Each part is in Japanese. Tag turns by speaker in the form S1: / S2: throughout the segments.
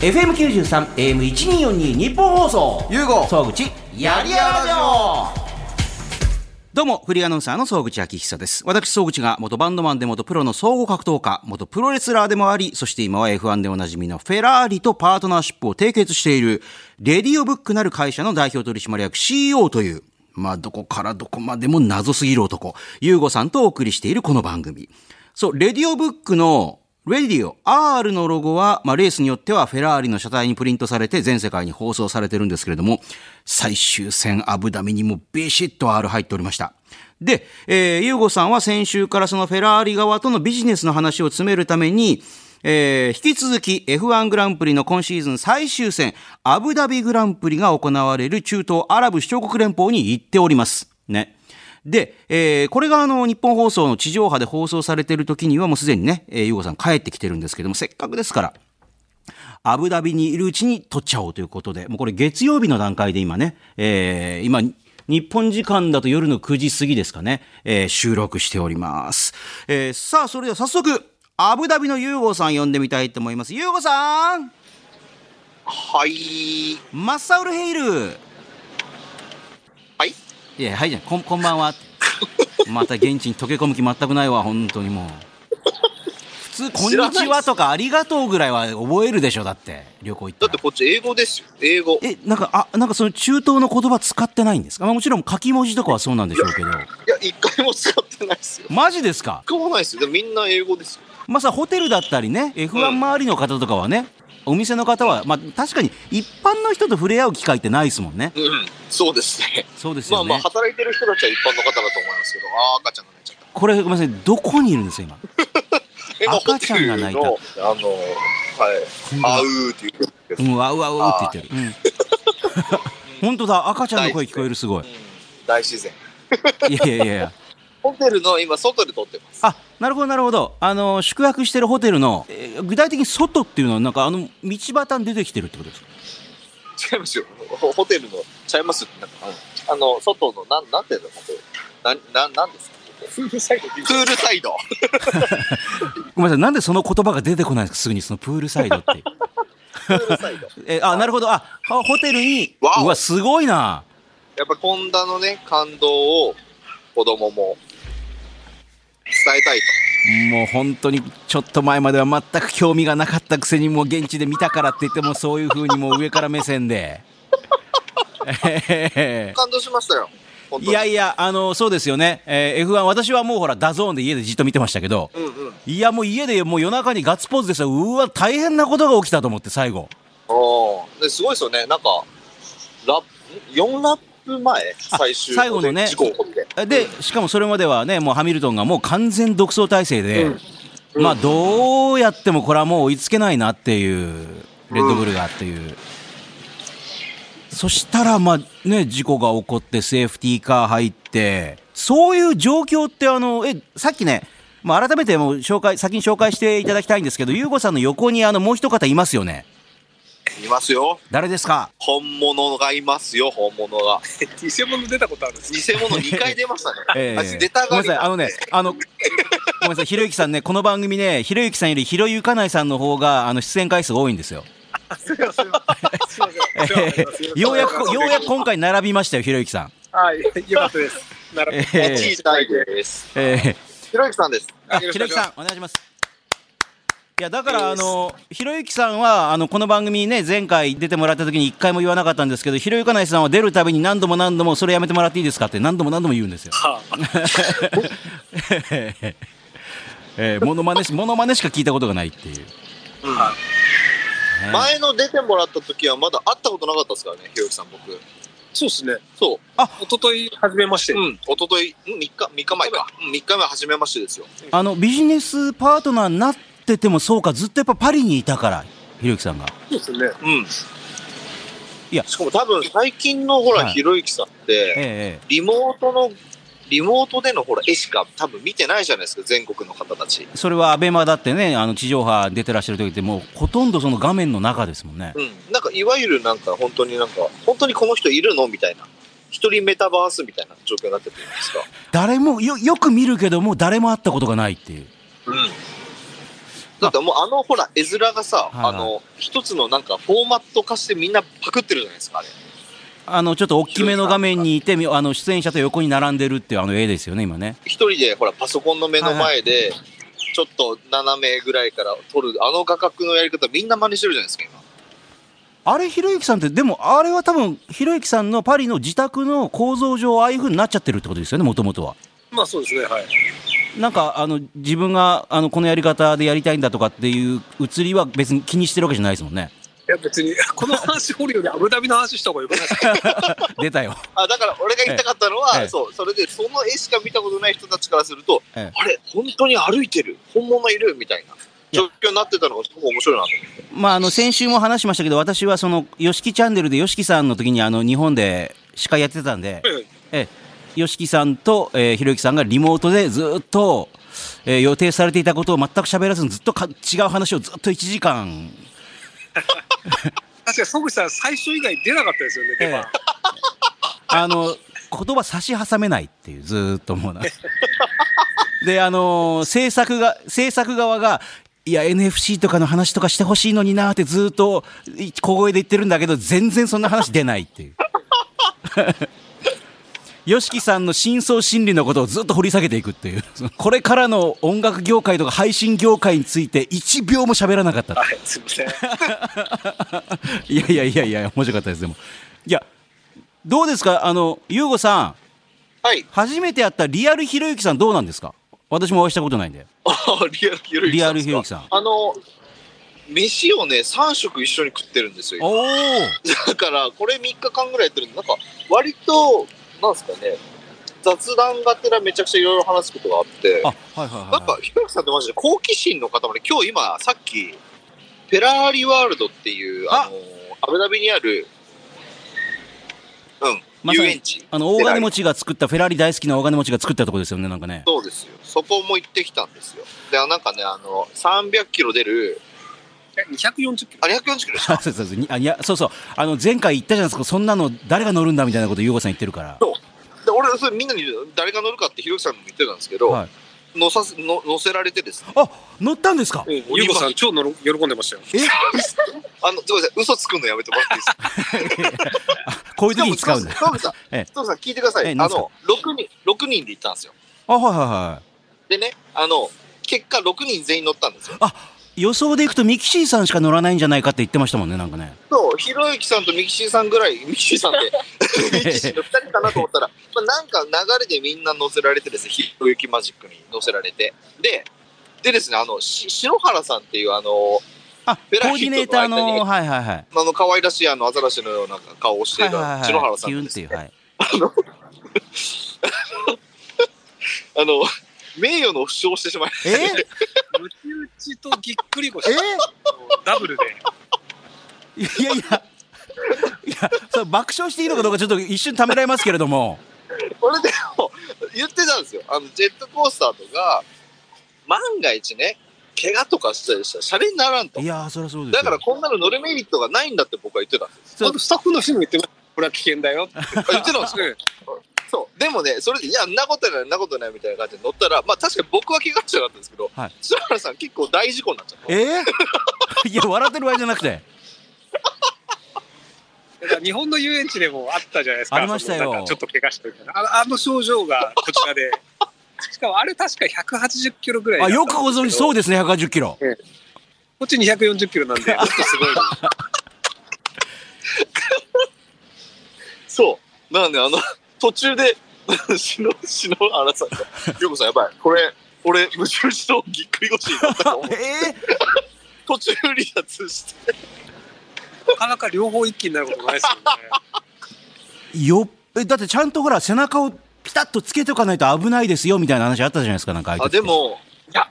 S1: FM93 AM1242 日本放送
S2: ゆうご
S1: 総口やりやらじょどうも、フリーアナウンサーの総口昭久です。私、総口が元バンドマンで元プロの総合格闘家、元プロレスラーでもあり、そして今は F1 でおなじみのフェラーリとパートナーシップを締結している、レディオブックなる会社の代表取締役 CEO という、まあ、どこからどこまでも謎すぎる男、ゆうごさんとお送りしているこの番組。そう、レディオブックのレディオ R のロゴは、まあ、レースによってはフェラーリの車体にプリントされて全世界に放送されてるんですけれども、最終戦アブダビにもビシッと R 入っておりました。で、えー、ユーゴさんは先週からそのフェラーリ側とのビジネスの話を詰めるために、えー引き続き F1 グランプリの今シーズン最終戦、アブダビグランプリが行われる中東アラブ首長国連邦に行っております。ね。で、えーこれがあの日本放送の地上波で放送されている時にはもうすでにね、えー、ゆうごさん帰ってきてるんですけども、せっかくですから、アブダビにいるうちに取っちゃおうということで、もうこれ月曜日の段階で今ね、えー今、日本時間だと夜の9時過ぎですかね、えー収録しております。えーさあ、それでは早速、アブダビのユーゴさん呼んでみたいと思います。ユーゴさん
S2: はい
S1: マッサウルヘイル
S2: はい
S1: いや、はいじゃん、こん、こんばんは。また現地に溶け込む気全くないわ、本当にもう。普通、こん
S2: 知ら
S1: に
S2: な
S1: ち
S2: いっ
S1: は
S2: す
S1: とかありがとうぐらいは覚えるでしょ、だって、旅行行った
S2: だっ
S1: ら
S2: てこっち英語ですよ英語い
S1: え、なんか、あ、なんかその中東の言葉使ってないんですか、まあ、もちろん書き文字とかはそうなんでしょうけど。
S2: や一回も使ってないですよ
S1: マジですか
S2: 使わないですよでもみんな英語ですよ
S1: まあさ、ホテルだったりね、F1 周りの方とかはね、お店の方は、まあ確かに一般の人と触れ合う機会ってないですもんね。
S2: うんそうですね
S1: そうです
S2: ま
S1: よ
S2: あ
S1: ね。
S2: まあ働いてる人たちは一般の方だと思いますけどああ赤ちゃんが泣いちゃった
S1: これ、ごめんなさい、どこにいるんですよ、今。
S2: えまあ
S1: 赤ちゃんが泣いた
S2: ホテルのあのはい
S1: んとだ
S2: あうーって言ってるんですけど、
S1: うん、わうわうわうって言ってる。うん、 本当だ、赤ちゃんの声聞こえる、すごい。
S2: うん大自然
S1: いやいやいやいや。
S2: ホテルの今外で撮ってます
S1: あ、なるほど、なるほど。あの、宿泊してるホテルの、えー具体的に外っていうのは、なんかあの、道端に出てきてるってことですか
S2: 違いますよ。ホホテルの、ちゃいますなんか、あの、外の、なん、なんていうのホテルな、な、なんですかプールサイド。プールサイド。
S1: ごめんなさい、なんでその言葉が出てこないんですか、すぐにそのプールサイドっていう。
S2: プールサイド。
S1: えーあ、なるほど。あ、あホテルに、
S2: わお
S1: うわ、すごいな。
S2: やっぱ、コンダのね、感動を、子供も、伝えたい
S1: もう本当にちょっと前までは全く興味がなかったくせにもう現地で見たからって言ってもうそういう風にもう上から目線 で。え
S2: と。感動しましたよ。本
S1: ー
S2: 当
S1: い
S2: に
S1: やいや、あの、そうですよね。えー F1、私はもうほら、ダゾーンで家でじっと見てましたけど、
S2: うんうん。
S1: いや、もう家でもう夜中にガッツポーズでした。うわ、大変なことが起きたと思って、最後。
S2: おーで、すごいですよね。なんか、ラップ、4ラップ前、最終
S1: 最後のね
S2: 事故起こって。
S1: で、しかもそれまではね、もうハミルトンがもう完全独走体制で、
S2: ん
S1: まあ、どうやってもこれはもう追いつけないなっていう、レッドブルがっていう。そしたら、まあね、事故が起こって、セーフティーカー入って、そういう状況って、あの、え、さっきね、まあ、改めてもう紹介、先に紹介していただきたいんですけど、ユーゴさんの横にあの、もう一方いますよね。
S2: いますよ。
S1: 誰ですか。
S2: 本物がいますよ、本物が。偽物出たことあるんです偽物2回出ましたね
S1: ええ
S2: あ出た
S1: ごめん
S2: がり
S1: なさい、あ
S2: なん
S1: の
S2: で
S1: ね、あの、ごめんなさい、ひろゆきさんね、この番組ね、ひろゆきさんよりひろゆかないさんの方が、あの、出演回数多いんですよ。
S3: すいません。すいません。
S1: ええようやく、ようやく今回並びましたよ、ひろゆきさん。
S3: はい、よかったです。なら
S1: え
S2: おち
S1: え
S2: いたいです。
S1: ええ
S2: ひろゆきさんです。
S1: あ、
S3: よろ
S1: ひ
S3: し
S1: ろゆき
S3: くお願いします
S1: さん、お願いします。いや、だから、あの、ひろゆきさんは、あの、この番組にね、前回出てもらった時に一回も言わなかったんですけど、ひろゆかないさんは出るたびに何度も何度も、それやめてもらっていいですかって何度も何度も言うんですよ。 ええええモノマネし、モノマネしか聞いたことがないっていう。ね
S2: 前の出てもらった時はまだ会ったことなかったですからね、ひろゆきさん僕。
S3: そうですね。
S2: そう。
S3: 一昨日初めまして。
S2: うん。一昨日うん3日、3日前か。うん、3日前初めましてですよ。
S1: あのビジネスパートナーになっててもそうかずっとやっぱパリにいたからひろゆきさんが
S3: そうですね。
S2: うん。
S1: いや
S2: しかも多分最近のほら、
S1: はい
S2: ひろゆきさんって、
S1: えええ
S2: リモートの、リモートでのほら、絵しか多分見てないじゃないですか、全国の方たち。
S1: えそれはアベマだってねあの地上波出てらっしゃる時ってもうほとんどその画面の中ですもんね
S2: うん、なんかいわゆるなんか本当になんか本当にこの人いるのみたいな一人メタバースみたいな状況になってるじゃないですか、
S1: 誰もよよく見るけども誰も会ったことがないっていう
S2: うん、だってもうあのほら絵面がさ、
S1: はいはい
S2: あの一つのなんかフォーマット化してみんなパクってるじゃないですかあれ
S1: あのちょっと大きめの画面にいてみあの出演者と横に並んでるっていうあの絵ですよね今ね
S2: 一人でほらパソコンの目の前で、ちょっと斜めぐらいから撮るあの画角のやり方みんな真似してるじゃないですか今
S1: あれひろゆきさんってでもあれは多分ひろゆきさんのパリの自宅の構造上ああいう風になっちゃってるってことですよねもともとは
S3: まあそうですね、はい。
S1: なんかあの自分があのこのやり方でやりたいんだとかっていう移りは別に気にしてるわけじゃないですもん ね
S3: いや別に、 この話掘るよりアブダビの話した方がよくないです か
S1: 出たよ
S2: あだから俺が言いたかったのは、
S1: ええ
S2: そうそれでその絵しか見たことない人たちからすると、
S1: ええ
S2: あれ本当に歩いてる本物いるみたいな状況になってたのがすごく面白いなと思って
S1: まあ、あの先週も話しましたけど私はその YOSHIKI チャンネルで YOSHIKI さんの時にあの日本で司会やってたんで
S3: うん
S1: YOSHIKI さんと、えーひろゆきさんがリモートでずっと、えー予定されていたことを全く喋らずにずっとか違う話をずっと1時間、
S3: 確かに、ソグさん最初以外出なかったですよね、出番。
S1: あの言葉差し挟めないっていうずーっともうな。であのー制作が制作側がいや NFC とかの話とかしてほしいのになーってずーっとい小声で言ってるんだけど全然そんな話出ないっていう。 ヨシキさんの深層心理のことをずっと掘り下げていくっていうそのこれからの音楽業界とか配信業界について1秒も喋らなかったっていう
S3: はい、すいません。
S1: いやいやいやいや面白かったですでもいやどうですかあのゆうごさん
S2: はい
S1: 初めて会ったリアルひろゆきさんどうなんですか私もお会いしたことないんで
S2: あリアルひろゆ
S1: リ
S2: きさ
S1: ア
S2: ん
S1: ル
S2: です
S1: ひ
S2: か
S1: ろゆきさん
S2: あの飯をね3食一緒に食ってるんですよ
S1: おお
S2: だからこれ3日間ぐらいやってるんでなんか割となんですかね雑談がてらめちゃくちゃいろいろ話すことがあって
S1: あはいはいはい
S2: なんかひろゆきさんってマジで好奇心の塊今日今さっきフェラーリワールドっていう
S1: あ
S2: あのアブダビにあるうん、
S1: まさ
S2: 遊
S1: に
S2: 園地
S1: あの大金持ちが作ったフェラーリ大好きな大金持ちが作ったとこですよねなんかね
S2: そうですよそこも行ってきたんですよでなんかねあの300キロ出る
S3: え240キロ
S2: あ240キロでし
S1: あ
S2: た
S1: そうそうそう にあいやそうそうあの前回言ったじゃないですかそんなの誰が乗るんだみたいなことゆうごさん言ってるから
S2: で俺それみんなに誰が乗るかってひろゆきさんにも言ってたんですけど、
S1: はい
S2: 乗させの乗せられてですね
S1: あ乗ったんですか
S3: うんゆうこさん、超のろ喜んで ましたよ。
S1: え
S2: あのすみません嘘つくのやめてもらっていいですか
S1: こういう時に使うんだ
S2: トムさん
S1: ええ
S2: トムさん聞いてください、
S1: ええ
S2: あ
S1: 何ですか
S2: の6人六人で行ったんですよ
S1: あはいはいはい
S2: でねあの結果6人全員乗ったんですよ
S1: 予想でいくとミキシーさんしか乗らないんじゃないかって言ってましたもんねなんかね
S2: そうひろゆきさんとミキシーさんぐらいミキシ ーさんでミキシーの2人かなと思ったら、まあ、なんか流れでみんな乗せられてですねひろゆきマジックに乗せられてででですねあのし篠原さんっていうあの
S1: あコ
S2: フェラー
S1: ーデ
S2: リ
S1: ィネーター
S2: との間に
S1: のはいはいはい
S2: あの可愛らしいあのアザラシのような顔をしている
S1: はいはいはい
S2: 篠原さん
S1: キ
S2: が
S1: ュンっ
S2: です
S1: てい
S2: ね
S1: うはい
S2: あの名誉の負傷をしてしまい
S1: え
S3: ムチ打ちとぎっくり腰、ダブルで。
S1: いやいや、いや、それ爆笑していいのかどうか、ちょっと一瞬ためられますけれども。
S2: これでも言ってたんですよあのジェットコースターとか万が一ね怪我とかしたりしたらシャレにならんと
S1: いやー、そりゃそうです
S2: だ
S1: よ。
S2: からこんなの乗るメリットがないんだって僕は言ってたんです
S1: そう
S3: あとスタッフの人にも言ってました。これは危険だよって。
S2: あ言ってたんですよ
S3: うん
S2: そうでもねそれでいやんなことないんなことないみたいな感じで乗ったらまあ確かに僕は怪我しなかったんですけど、
S1: はい
S2: 篠原さん結構大事故になっちゃった
S1: えー いや、笑ってる場合じゃなくて。
S3: だから日本の遊園地でもあったじゃないですか。
S1: ありましたよ
S3: そのなんかちょっと怪我したみたいな。あのあの症状がこち らで。しかもあれ確か180キロぐらいだ
S1: あ、
S3: った
S1: よくご存知、そうですね、180キロ。
S3: こっち240キロなん で、もっとすごいの。
S2: そうなのであの途中で篠篠原さんが「ようこさんやばいこれ俺無印とぎっくり腰になったかも
S1: えー
S2: 途中離脱して
S3: なかなか両方一気になることないですよね。
S1: よっえだってちゃんとほら背中をピタッとつけておかないと危ないですよみたいな話あったじゃないですかなんか
S2: あ
S1: 相手
S2: でもいや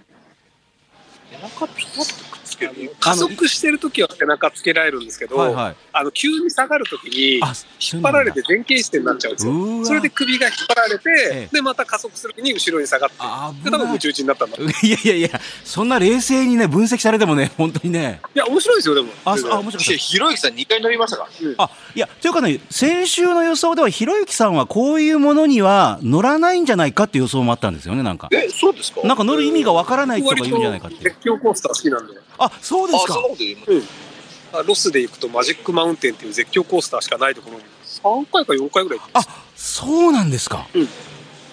S2: 背中ピタッとくっつける
S3: 加速してる時は背中つけられるんですけど、
S1: はいはい。
S3: あの急に下がる時に、
S1: あ、
S3: 引っ張られて前傾姿勢になっちゃうんですよ。
S1: うわ
S3: それで首が引っ張られ
S1: ええ
S3: て、で、また加速する時に後ろに下がって、
S1: あ危
S3: で
S1: な
S3: 多
S1: い
S3: 分宇宙ちになったんだ。い
S1: いやいやいや、そんな冷静にね、分析されてもね、本当にね。
S3: や、面白いですよ、でも。
S1: あ、
S3: 全
S1: そ
S3: 然
S1: あ、面白かっ
S2: ひろゆきさん2回乗りましたからね。
S1: た。あ、いや、というかね、先週の予想では、ひろゆきさんはこういうものには乗らないんじゃないかっていう予想もあったんですよね、なんか。
S2: え、そうですか
S1: なんか乗る意味がわからない人がいるんじゃないかっていう
S3: 割と。絶叫コースター好きなんで。
S1: あ、そうです
S2: あ、
S1: か
S2: そん。なこと言います。
S3: あロスで行くとマジックマウンテンっていう絶叫コースターしかないところに3回か4回ぐらい行って
S1: あ、そうなんですか。
S3: うん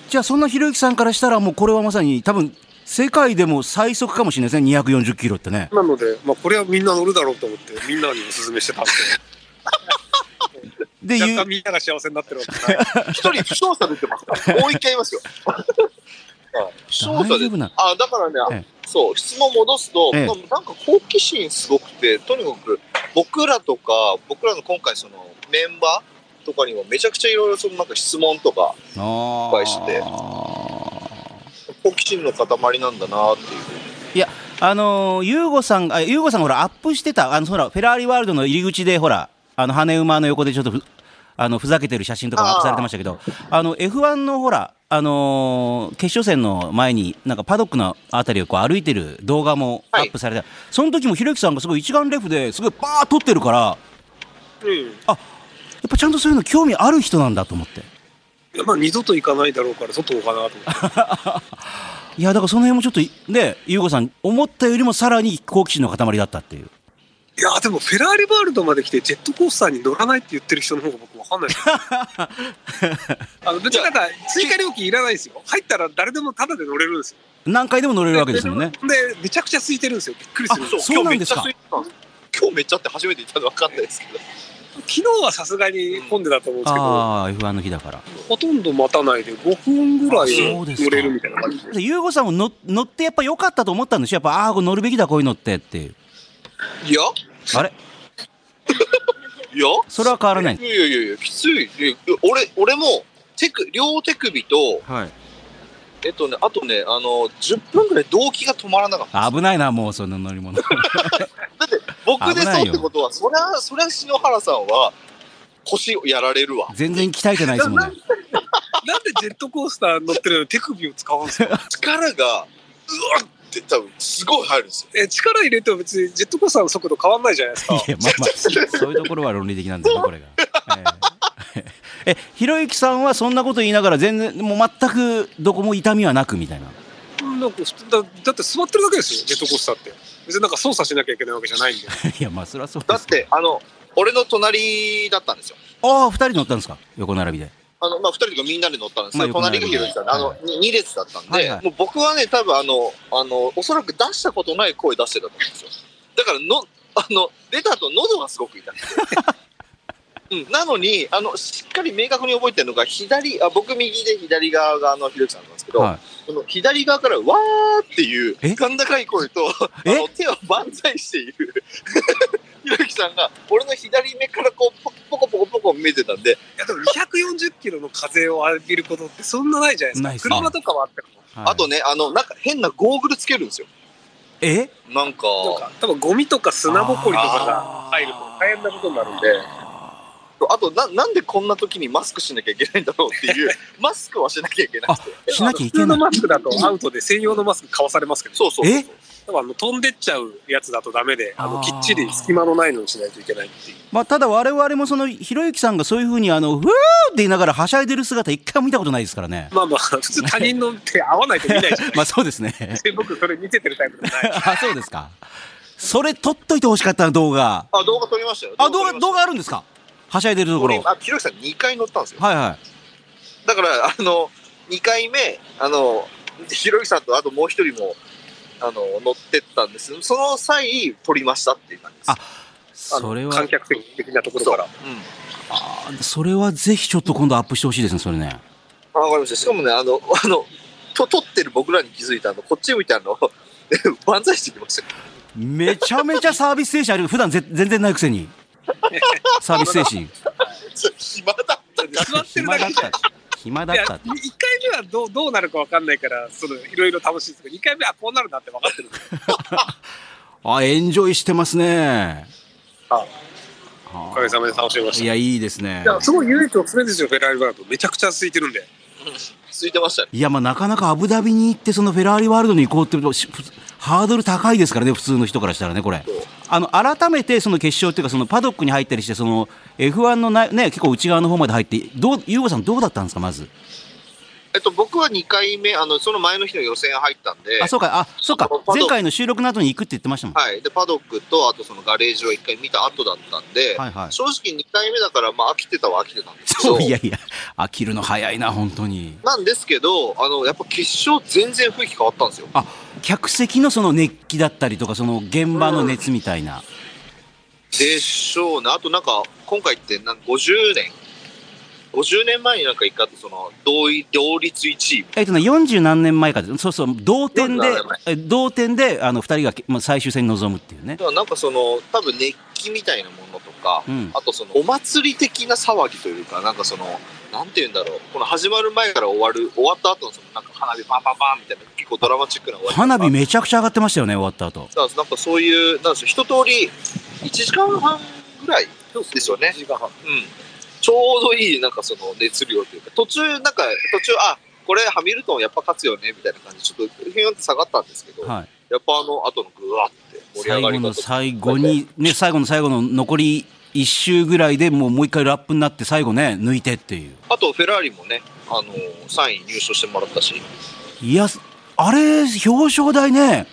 S1: じゃあ、そんなひろゆきさんからしたら、もうこれはまさに、多分、世界でも最速かもしれないですね、240キロってね。
S3: なので、まあ、これはみんな乗るだろうと思ってみんなにお勧めしてたん
S1: で、
S3: で
S1: ゆ
S3: 若干みんなが幸せになってるわけじゃない
S2: 一人負傷者出てますから。もう一回言い ますよ。はい負傷者
S1: 大丈
S2: で
S1: 夫な。
S2: あだからね、あ
S1: え
S2: そう、質問戻すと、
S1: ええ
S2: まあなんか好奇心すごくて、とにかく僕らとか、僕らの今回、そのメンバーとかにもめちゃくちゃいろいろそのなんか質問とか、
S1: あ
S2: いっぱいして
S1: ー。
S2: 好奇心の塊なんだなっていう。
S1: いや、あのー、ユーゴさんが、あユーゴさんほら、アップしてた、あの、ほら、フェラーリワールドの入り口で、ほら、あの、羽馬の横でちょっとふ、あの、ふざけてる写真とかもアップされてましたけど、あの、F1 のほら、あのー決勝戦の前に、なんかパドックのあたりをこう歩いてる動画もア
S2: はい
S1: ップされて、その時もひろゆきさんがすごい一眼レフですごいバーッ撮ってるから、や
S3: うん
S1: っぱちゃんとそういうの興味ある人なんだと思って。
S3: いやまあ二度と行かないだろうから外おうかなと思って
S1: いや、だからその辺もちょっとい、ね、ユーゴさん、思ったよりもさらに好奇心の塊だったっていう。
S3: いやでもフェラーリワールドまで来てジェットコースターに乗らないって言ってる人の方が僕わかん ないですあのどっちかというと追加料金いらないですよ入ったら誰でもタダで乗れるんですよ
S1: 何回でも乗れるわけですもんね。
S3: でめちゃくちゃ空いてるんですよびっくりする
S1: あそうなんですか
S2: 今日めっちゃ空いてたんです今日めっちゃって初めて言ったの分かんないですけど。
S3: 昨日はさすがに混んでたと思うんですけど、
S1: ああ、F1 の日だから。
S3: ほとんど待たないで5分ぐらい
S1: そうですか
S3: 乗れるみたいな感じで
S1: でユーゴさんも乗乗ってやっぱ良かったと思ったんでしょやっぱ、ああー、これ乗るべきだ、こういうのってっていう。
S2: いや
S1: あれ
S2: いや
S1: それは変わらない。
S2: いやいやいや、きつい。いや俺、俺も、手首、両手首と、
S1: はい。
S2: えっとね、あとね、あの、10分ぐらい動機が止まらなかった。
S1: 危ないな、もう、その乗り物。
S2: だって、僕で
S1: 危ない
S2: そう
S1: よ
S2: ってことは、そりゃ、そりゃ篠原さんは、腰をやられるわ。
S1: 全然鍛えてないですもんね。
S3: なんでジェットコースター乗ってるのに手首を使うんですか
S2: 力が、うわって多分、すごい入るんですよ。
S3: え力入れても別にジェットコースターの速度変わんないじゃないですか
S1: いや、まあまあ、そういうところは論理的なんだよね、これが。ええ え、ひろゆきさんはそんなこと言いながら、全然、もう全くどこも痛みはなくみたいな。
S3: なんか普通だだって座ってるだけですよジェットコースターって別になんか操作しなきゃいけないわけじゃないんで
S1: いや、まあ、そりゃそう
S2: だ
S1: で
S2: っ
S1: すけど。
S2: て、あの、俺の隣だったんですよ。
S1: ああ、二人乗ったんですか横並びで。
S2: あの、まあ、二人とかみんなで乗ったんですけど、
S1: まあ
S2: 隣が広いさんで、あの、
S1: は
S2: に二列だったんで、
S1: はいはい
S2: もう僕はね、多分あの、あの、おそらく出したことない声出してたと思うんですよ。だから、の、あの、出た後、喉がすごく 痛くて。うん、なのに、あの、しっかり明確に覚えてるのが、左、あ僕右で左側が、あの、ひろゆきさんなんですけど、
S1: は
S2: この左側から、わーっていう、
S1: え
S2: 甲高い声と、あ
S1: え
S2: の、手を万歳している、 ひろゆきさんが、俺の左目からこう、ポポコポコポコ見えてたんで、
S3: いやでも240キロの風を浴びることってそんなないじゃないですか
S1: ないっすね
S3: 車とかはあっても
S1: い。はい
S2: あと、ね、あの、なんか変なゴーグルつけるんですよ。
S1: え
S2: な
S3: なん
S2: んか、
S3: か多分ゴミとか砂ぼこりとかが入ると大変なことになるんで
S2: あとな、なんでこんな時にマスクしなきゃいけないんだろうって いう、マスクはしなきゃいけなくて。
S1: しなきゃい
S3: 普
S1: け
S3: 通
S1: な
S3: の
S1: い。
S3: マスクだとアウトで専用のマスク買わされますけど
S2: そうそうそう
S1: え
S3: 多分あの飛んでっちゃうやつだとダメであ
S1: あ
S3: のき
S1: ー
S3: っちり隙間のないのにしないといけないっていう
S1: まあ、ただ我々もその、ひろゆきさんがそういうふうに、あの、ふーって言いながらはしゃいでる姿一回も見たことないですから ね。
S3: まあまあ普通他人の手合わないと見ないじゃな い
S1: まあ、そうですね。
S3: で 僕それ見せてるタイプじゃない
S1: あ、そうですか。それ撮っといてほしかったな動画。
S2: あ、動画撮りましたよ。
S1: あ、動画、
S2: 撮りました
S1: 動画あるんですかはしゃいでるところ。
S2: 俺あ、ひろゆきさん2回乗ったんですよ。
S1: はいは
S2: だから、あの、2回目、あの、ひろゆきさんとあともう一人も、あの、乗ってったんですけどその際、撮りましたっていう感じです。
S1: あい。
S3: あ
S1: それ
S3: の
S1: は、
S3: 観客的なところから
S2: うん。
S1: あそれはぜひちょっと今度アップしてほしいですね、それね。
S2: あわかりました。しかもね、あの、 あの、と撮ってる僕らに気づいたあの、こっち向いてあの、 万歳してきました よ。
S1: めちゃめちゃサービス精神ある。普段ぜ全然ないくせ に。サービス精神。
S2: ちょ暇だった
S3: だって座ってる
S1: 暇だ
S3: だけ
S1: っ
S3: じゃん
S1: た。暇だ
S3: いや
S1: っ
S3: 1
S1: た
S3: 回。目はどうどうなるか分かんないからそのいろいろ楽しいですけど2回目はこうなるなって分かってるんで
S1: ああ、エンジョイしてますね。
S3: はい
S1: はあ
S3: おかげさまで楽しみました
S1: いや、いいですね
S3: いや、。すごい唯一おすすめですよ、フェラーリワールド。めちゃくちゃ空いてるんで。
S2: ついてましたね。
S1: いや、まあ、なかなかアブダビに行って、そのフェラーリワールドに行こうって、しふハードル高いですからね、普通の人からしたらね、これ。あの、改めて、その決勝っていうか、そのパドックに入ったりして、その、F1 のな、ね、結構内側の方まで入って、どう、ゆうごさんどうだったんですか、まず。
S2: えっと、僕は2回目、あの、その前の日の予選入ったんで、
S1: あ、そうか、あ、そうか
S2: あのパ、ドック
S1: 前回の収録の後に行くって言ってましたもん。
S2: はい。で、パドックと、あとそのガレージを1回見た後だったんで、
S1: はいはい
S2: 正直2回目だから、まあ飽きてたは飽きてたんですけ
S1: そ
S2: ど
S1: う、、いやいや、飽きるの早いな、本当に。
S2: なんですけど、あの、やっぱ決勝全然雰囲気変わったんですよ。
S1: あ、客席のその熱気だったりとか、その現場の熱みたいな。
S2: でしょうね。あとなんか、今回ってなんか50年、50年前になんか一回あったその、同意、同率1位。
S1: えっとね、40何年前かで、そうそう、同点で
S2: 40何年、
S1: え同点で、あの、二人が、まあ、最終戦に臨むっていうね
S2: だ。からなんかその、多分熱気みたいなものとか、
S1: うん
S2: あとその、お祭り的な騒ぎというか、なんかその、なんて言うんだろう、この始まる前から終わる、終わった後のその、なんか花火パンパンパンみたいな、結構ドラマチックな終わり方
S1: 花火めちゃくちゃ上がってましたよね、終わった後。
S2: だからなんかそういう、なんでしょう、一通り、1時間半ぐらいですよね。
S3: 時間半。
S2: うん、ちょうどいいなんかその熱量というか途中なんか途中あこれハミルトンやっぱ勝つよねみたいな感じでちょっとヒュンって下がったんですけど、
S1: はい。
S2: やっぱあの後のグワって盛り
S1: 最
S2: 上が
S1: 後
S2: り
S1: の
S2: 方
S1: 最後に、ね、最後の最後の残り一周ぐらいでもう、もう一回ラップになって、最後ね、抜いてっていう。
S2: あとフェラーリもねあの3位入賞してもらったし、
S1: いや、あれ、表彰台ね、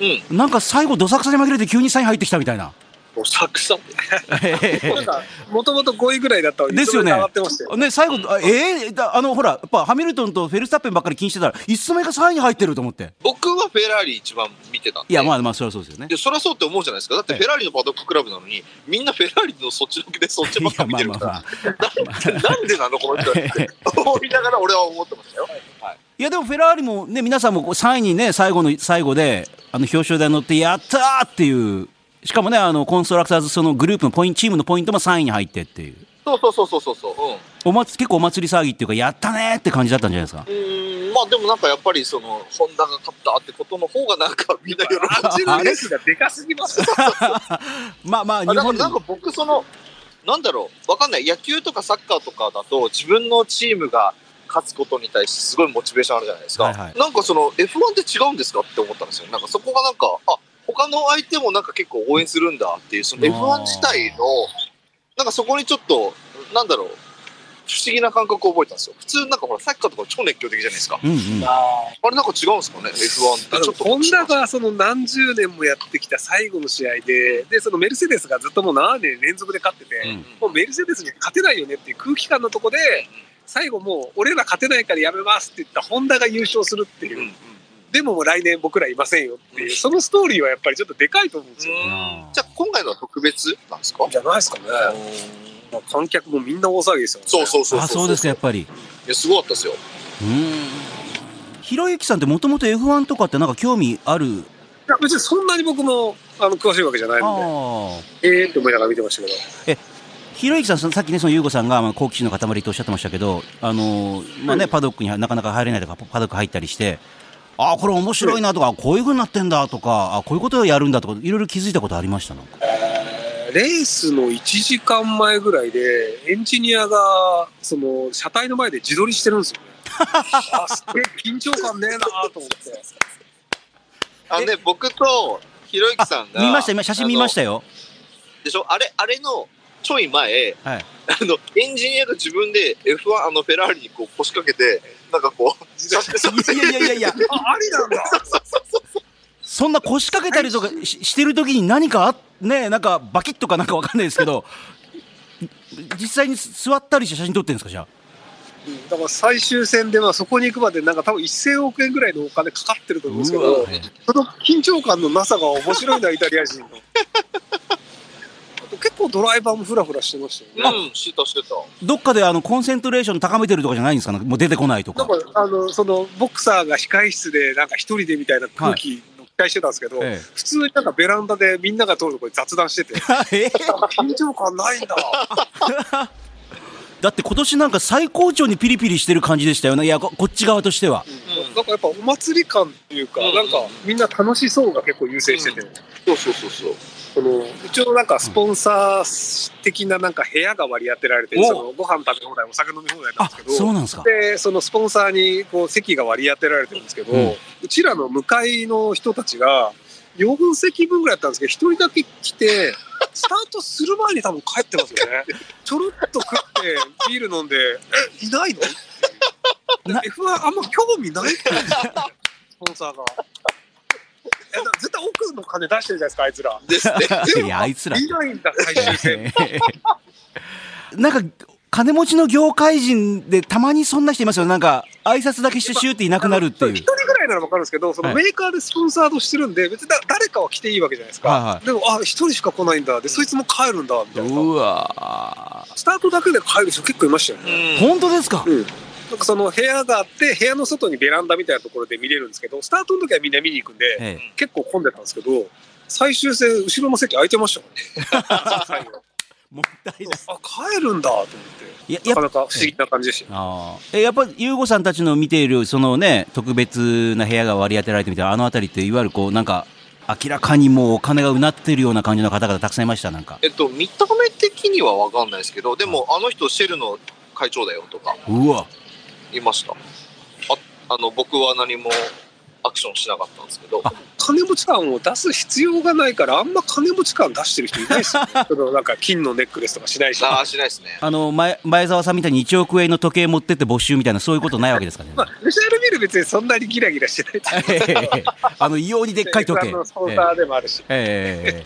S2: うん、
S1: なんか最後、どさくさに紛れて急にサイン入ってきたみた いな。
S2: もうサクサク
S3: なんか、もともと5位ぐらいだったのに、
S1: ですよね
S3: いつの間にか上がってましたよ。
S1: ね、最後、あえーだあの、ほら、やっぱハミルトンとフェルスタッペンばっかり気にしてたら、いつの間にか3位に入ってると思って。
S2: 僕はフェラーリ一番見てたんで
S1: いや、まあまあ、そりゃそうですよね。
S2: でそりゃそうって思うじゃないですかだって
S1: ええ
S2: フェラーリのパドッククラブなのにみんなフェラーリのそっちのけでそっちばっか見てるから、なんでなんでなのこの人はって思いながら俺は思ってましたよ、はい
S1: いや、でもフェラーリもね、皆さんもこう3位にね、最後の、最後で、あの、表彰台に乗って、やったーっていう、しかもね、あの、コンストラクターズ、そのグループのポイント、チームのポイントも3位に入ってっていう。
S2: そうそうそうそうそうそう。うん。
S1: お祭結構お祭り騒ぎっていうか、やったねーって感じだったんじゃないですか。
S2: うん、まあでもなんかやっぱりその、ホンダが勝ったってことの方がなんかみんな喜ぶ。
S3: アンジェロ・レスがでかすぎますよ。
S1: まあまあ、
S2: あ
S1: 日
S2: だか
S1: 本
S2: ら
S1: で
S2: なんか
S1: も。
S2: 僕その、なんだろう、わかんない。野球とかサッカーとかだと自分のチームが勝つことに対してすごいモチベーションあるじゃないですか。
S1: はいはい
S2: なんかその F1 って違うんですかって思ったんですよ。なんかそこがなんか、あ、他の相手もなんか結構応援するんだっていう、その
S1: あー
S2: F1 自体の、なんかそこにちょっと、なんだろう、不思議な感覚を覚えたんですよ。普通なんかほら、サッカーとか超熱狂的じゃないですか。
S1: うんうん。
S3: あ
S2: あれなんか違うんですかね ?F1 って。
S3: の
S2: ちょっと
S3: ホンダがその何十年もやってきた最後の試合で、で、そのメルセデスがずっともう7年連続で勝ってて、
S1: うん
S3: もうメルセデスに勝てないよねっていう空気感のとこで、最後もう俺ら勝てないからやめますって言ったホンダが優勝するっていうう、
S2: んうん
S3: でももう来年僕らいませんよっていうう、
S2: ん
S3: そのストーリーはやっぱりちょっとでかいと思うんですよ。
S1: ん
S2: じゃあ今回のは特別なんですか
S3: じゃないですかね。まあ、観客もみんな大騒ぎですよね。
S2: そうそうそう。
S1: あ、そうですか、やっぱり。
S2: いや、すごかったですよ。
S1: うん。ひろゆきさんってもともと F1 とかってなんか興味ある
S3: いや別にそんなに僕もあの詳しいわけじゃない
S1: あ
S3: の
S1: あ。
S3: で、ええって思いながら見てましたけど、
S1: ひろゆきさん、そのさっきね、そのゆうごさんが、まあ、好奇心の塊とおっしゃってましたけど、あのーまあね、
S3: うん
S1: パドックにはなかなか入れないとか、パパドック入ったりして、ああ、これ面白いなとか、こういうふうになってんだとか、あこういうことをやるんだとか、いろいろ気づいたことありましたなんか
S3: レースの1時間前ぐらいで、エンジニアがその車体の前で自撮りしてるんです よね。あすげえ緊張感ねえなと思って。
S2: あのね、僕とひろゆきさんが。。
S1: 見ました、今、写真見ましたたよ。
S2: でしょあれ、あれのちょい前、
S1: はい。
S2: あの、エンジニアが自分で F1、あの、フェラーリにこう腰掛けて、なんかこう、写真
S1: いやいやいやいや、
S3: あ、ありなんだ。
S1: そんな腰掛けたりとかししてる時に何かあ、ね、なんかバキッとかなんかわかんないですけど、実際に座ったりして写真撮ってるんですか、じゃあ。
S3: だから最終戦で、まあ、そこに行くまで、なんか多分1000億円ぐらいのお金かかってると思うんですけ
S1: う
S3: ど
S1: わ、
S3: その緊張感のなさが面白いな、イタリア人の。あと結構ドライバーもフラフラしてましたよね。
S2: うん、シートしてた。
S1: どっかであのコンセントレーション高めてるとかじゃないんですかねもう出てこないと
S3: な
S1: か
S3: ん。かあのそのボクサーが控え室でなんか一人でみたいな空気の期待してたんですけど、
S1: え
S3: 普通になんかベランダでみんなが通るとこに雑談してて
S1: えええ
S3: 緊張感ないんだ
S1: だって今年なんか最高潮にピリピリしてる感じでしたよね。いや、ここっち側としては。
S2: うん
S3: なんかやっぱお祭り感っていうか、
S2: うんうん
S3: なんかみんな楽しそうが結構優先してて、
S2: そうそうそうそう。
S3: その一応なんかスポンサー的ななんか部屋が割り当てられて、
S1: お
S3: そのご飯食べ放題お酒飲み放題なん
S1: あ
S3: ですけど
S1: そうなんですか
S3: でそのスポンサーにこう席が割り当てられてるんですけど、
S1: う
S3: うんちらの向かいの人たちが4席分ぐらいだったんですけど一人だけ来てスタートする前に多分帰ってます よねちょろっと食ってビール飲んで「えいないの?」
S1: な
S3: F1 あんま興味ないって感じですよねスポンサーが。いやだから絶対奥の金出してるじゃないですかあいつら。
S2: ですね。
S3: でも
S1: いやあいつら
S3: 見ないんだ最 終戦
S1: なんか金持ちの業界人でたまにそんな人いますよなんか挨拶だけしてシューっていなくなるって
S3: 一
S1: いう
S3: 人ぐらいならわかるんですけど、その
S1: はい
S3: メーカーでスポンサードしてるんで、別にだ誰かは来ていいわけじゃないですか。
S1: はいはい
S3: でも、あ、一人しか来ないんだ。で、そいつも帰るんだ、みたいな。
S1: うわ
S3: スタートだけで帰る人結構いましたよね。
S1: ー
S2: う
S1: 本当ですか
S3: うん。なんかその部屋があって、部屋の外にベランダみたいなところで見れるんですけど、スタートの時はみんな見に行くんで、
S1: ええ
S3: 結構混んでたんですけど、最終戦、後ろの席空いてましたからね。最後
S1: もったいない
S3: あ、帰るんだ、と思って。
S1: いやや
S3: な
S1: っぱ
S3: かなか不思議な感じでしたよ。
S1: あーえやっぱ優吾さんたちの見ているそのね特別な部屋が割り当てられてみたいなあの辺りっていわゆるこうなんか明らかにもうお金がうなってるような感じの方々たくさんいましたなんか
S2: えっと、見た目的にはわかんないですけど、でも、あの人、シェルの会長だよとか、
S1: うわ
S2: いました。あ、あの、僕は何もアクションしなかったんですけど
S1: あ、
S3: 金持ち感を出す必要がないからあんま金持ち感出してる人いないですよ、ね、そのなんか金のネックレスとかしないし、
S2: ああ、しないですね。
S1: あの前前澤さんみたいに1億円の時計持ってって没収みたいなそういうことないわけですか ね
S3: まあ、ルシャール・ビル別にそんなにギラギラしてないタイプ
S1: あの異様にでっかい時計
S3: あのスポンサーでもあるし、
S1: え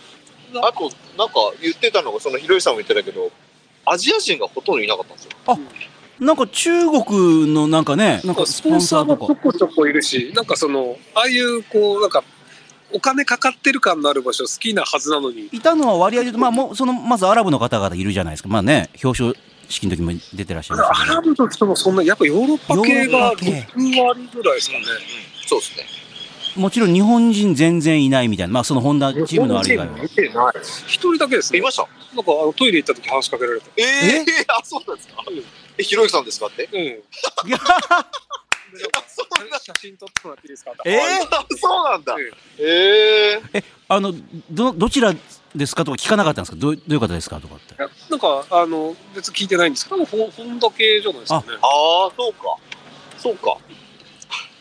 S1: え
S2: あと、なんか言ってたのが、そのひろゆきさんも言ってたけど、アジア人がほとんどいなかったんですよ。
S1: なんか中国のなんかね、なんか
S3: ス
S1: ス
S3: ポ
S1: ポ
S3: ン
S1: ン
S3: サ
S1: サ
S3: ー
S1: ー
S3: もち
S1: と
S3: ょ
S1: か。
S3: こちょこいるしなんかそのああいうこうなんかお金かかってる感のある場所好きなはずなのに
S1: いたのは割合で言うと、まあもう、その、まずアラブの方々いるじゃないですか。まあね、表彰式の時も出てらっしゃいまし
S3: ア
S1: た
S3: ラ
S1: けど。
S3: ブの人もそんなやっぱヨーロッパ
S1: ヨ
S3: 系が
S1: ーロッパ系
S3: 6割ぐらいですかね
S2: そうですね。
S1: もちろん日本人全然いないみたいな。まあそのホンダチームのあれ以外は。
S3: 見てない一人だけです
S2: えい
S3: ね
S2: ました
S3: なんかあのトイレ行った時話しかけられた
S2: ええ あ、そうなんですか。え、ひろゆきさんですかっ て。
S3: うん
S1: いや
S3: なんか写真撮ってもらっていいですか
S1: えー
S2: あそうなんだ
S3: うん。
S2: ええ
S1: あの、ど、どちらですかとか聞かなかったんですかどう、どういう方ですかとかって。
S3: なんか、あの、別に聞いてないんですけど、ほ本田系じゃないですかね。
S2: ああ、そうか。そうか。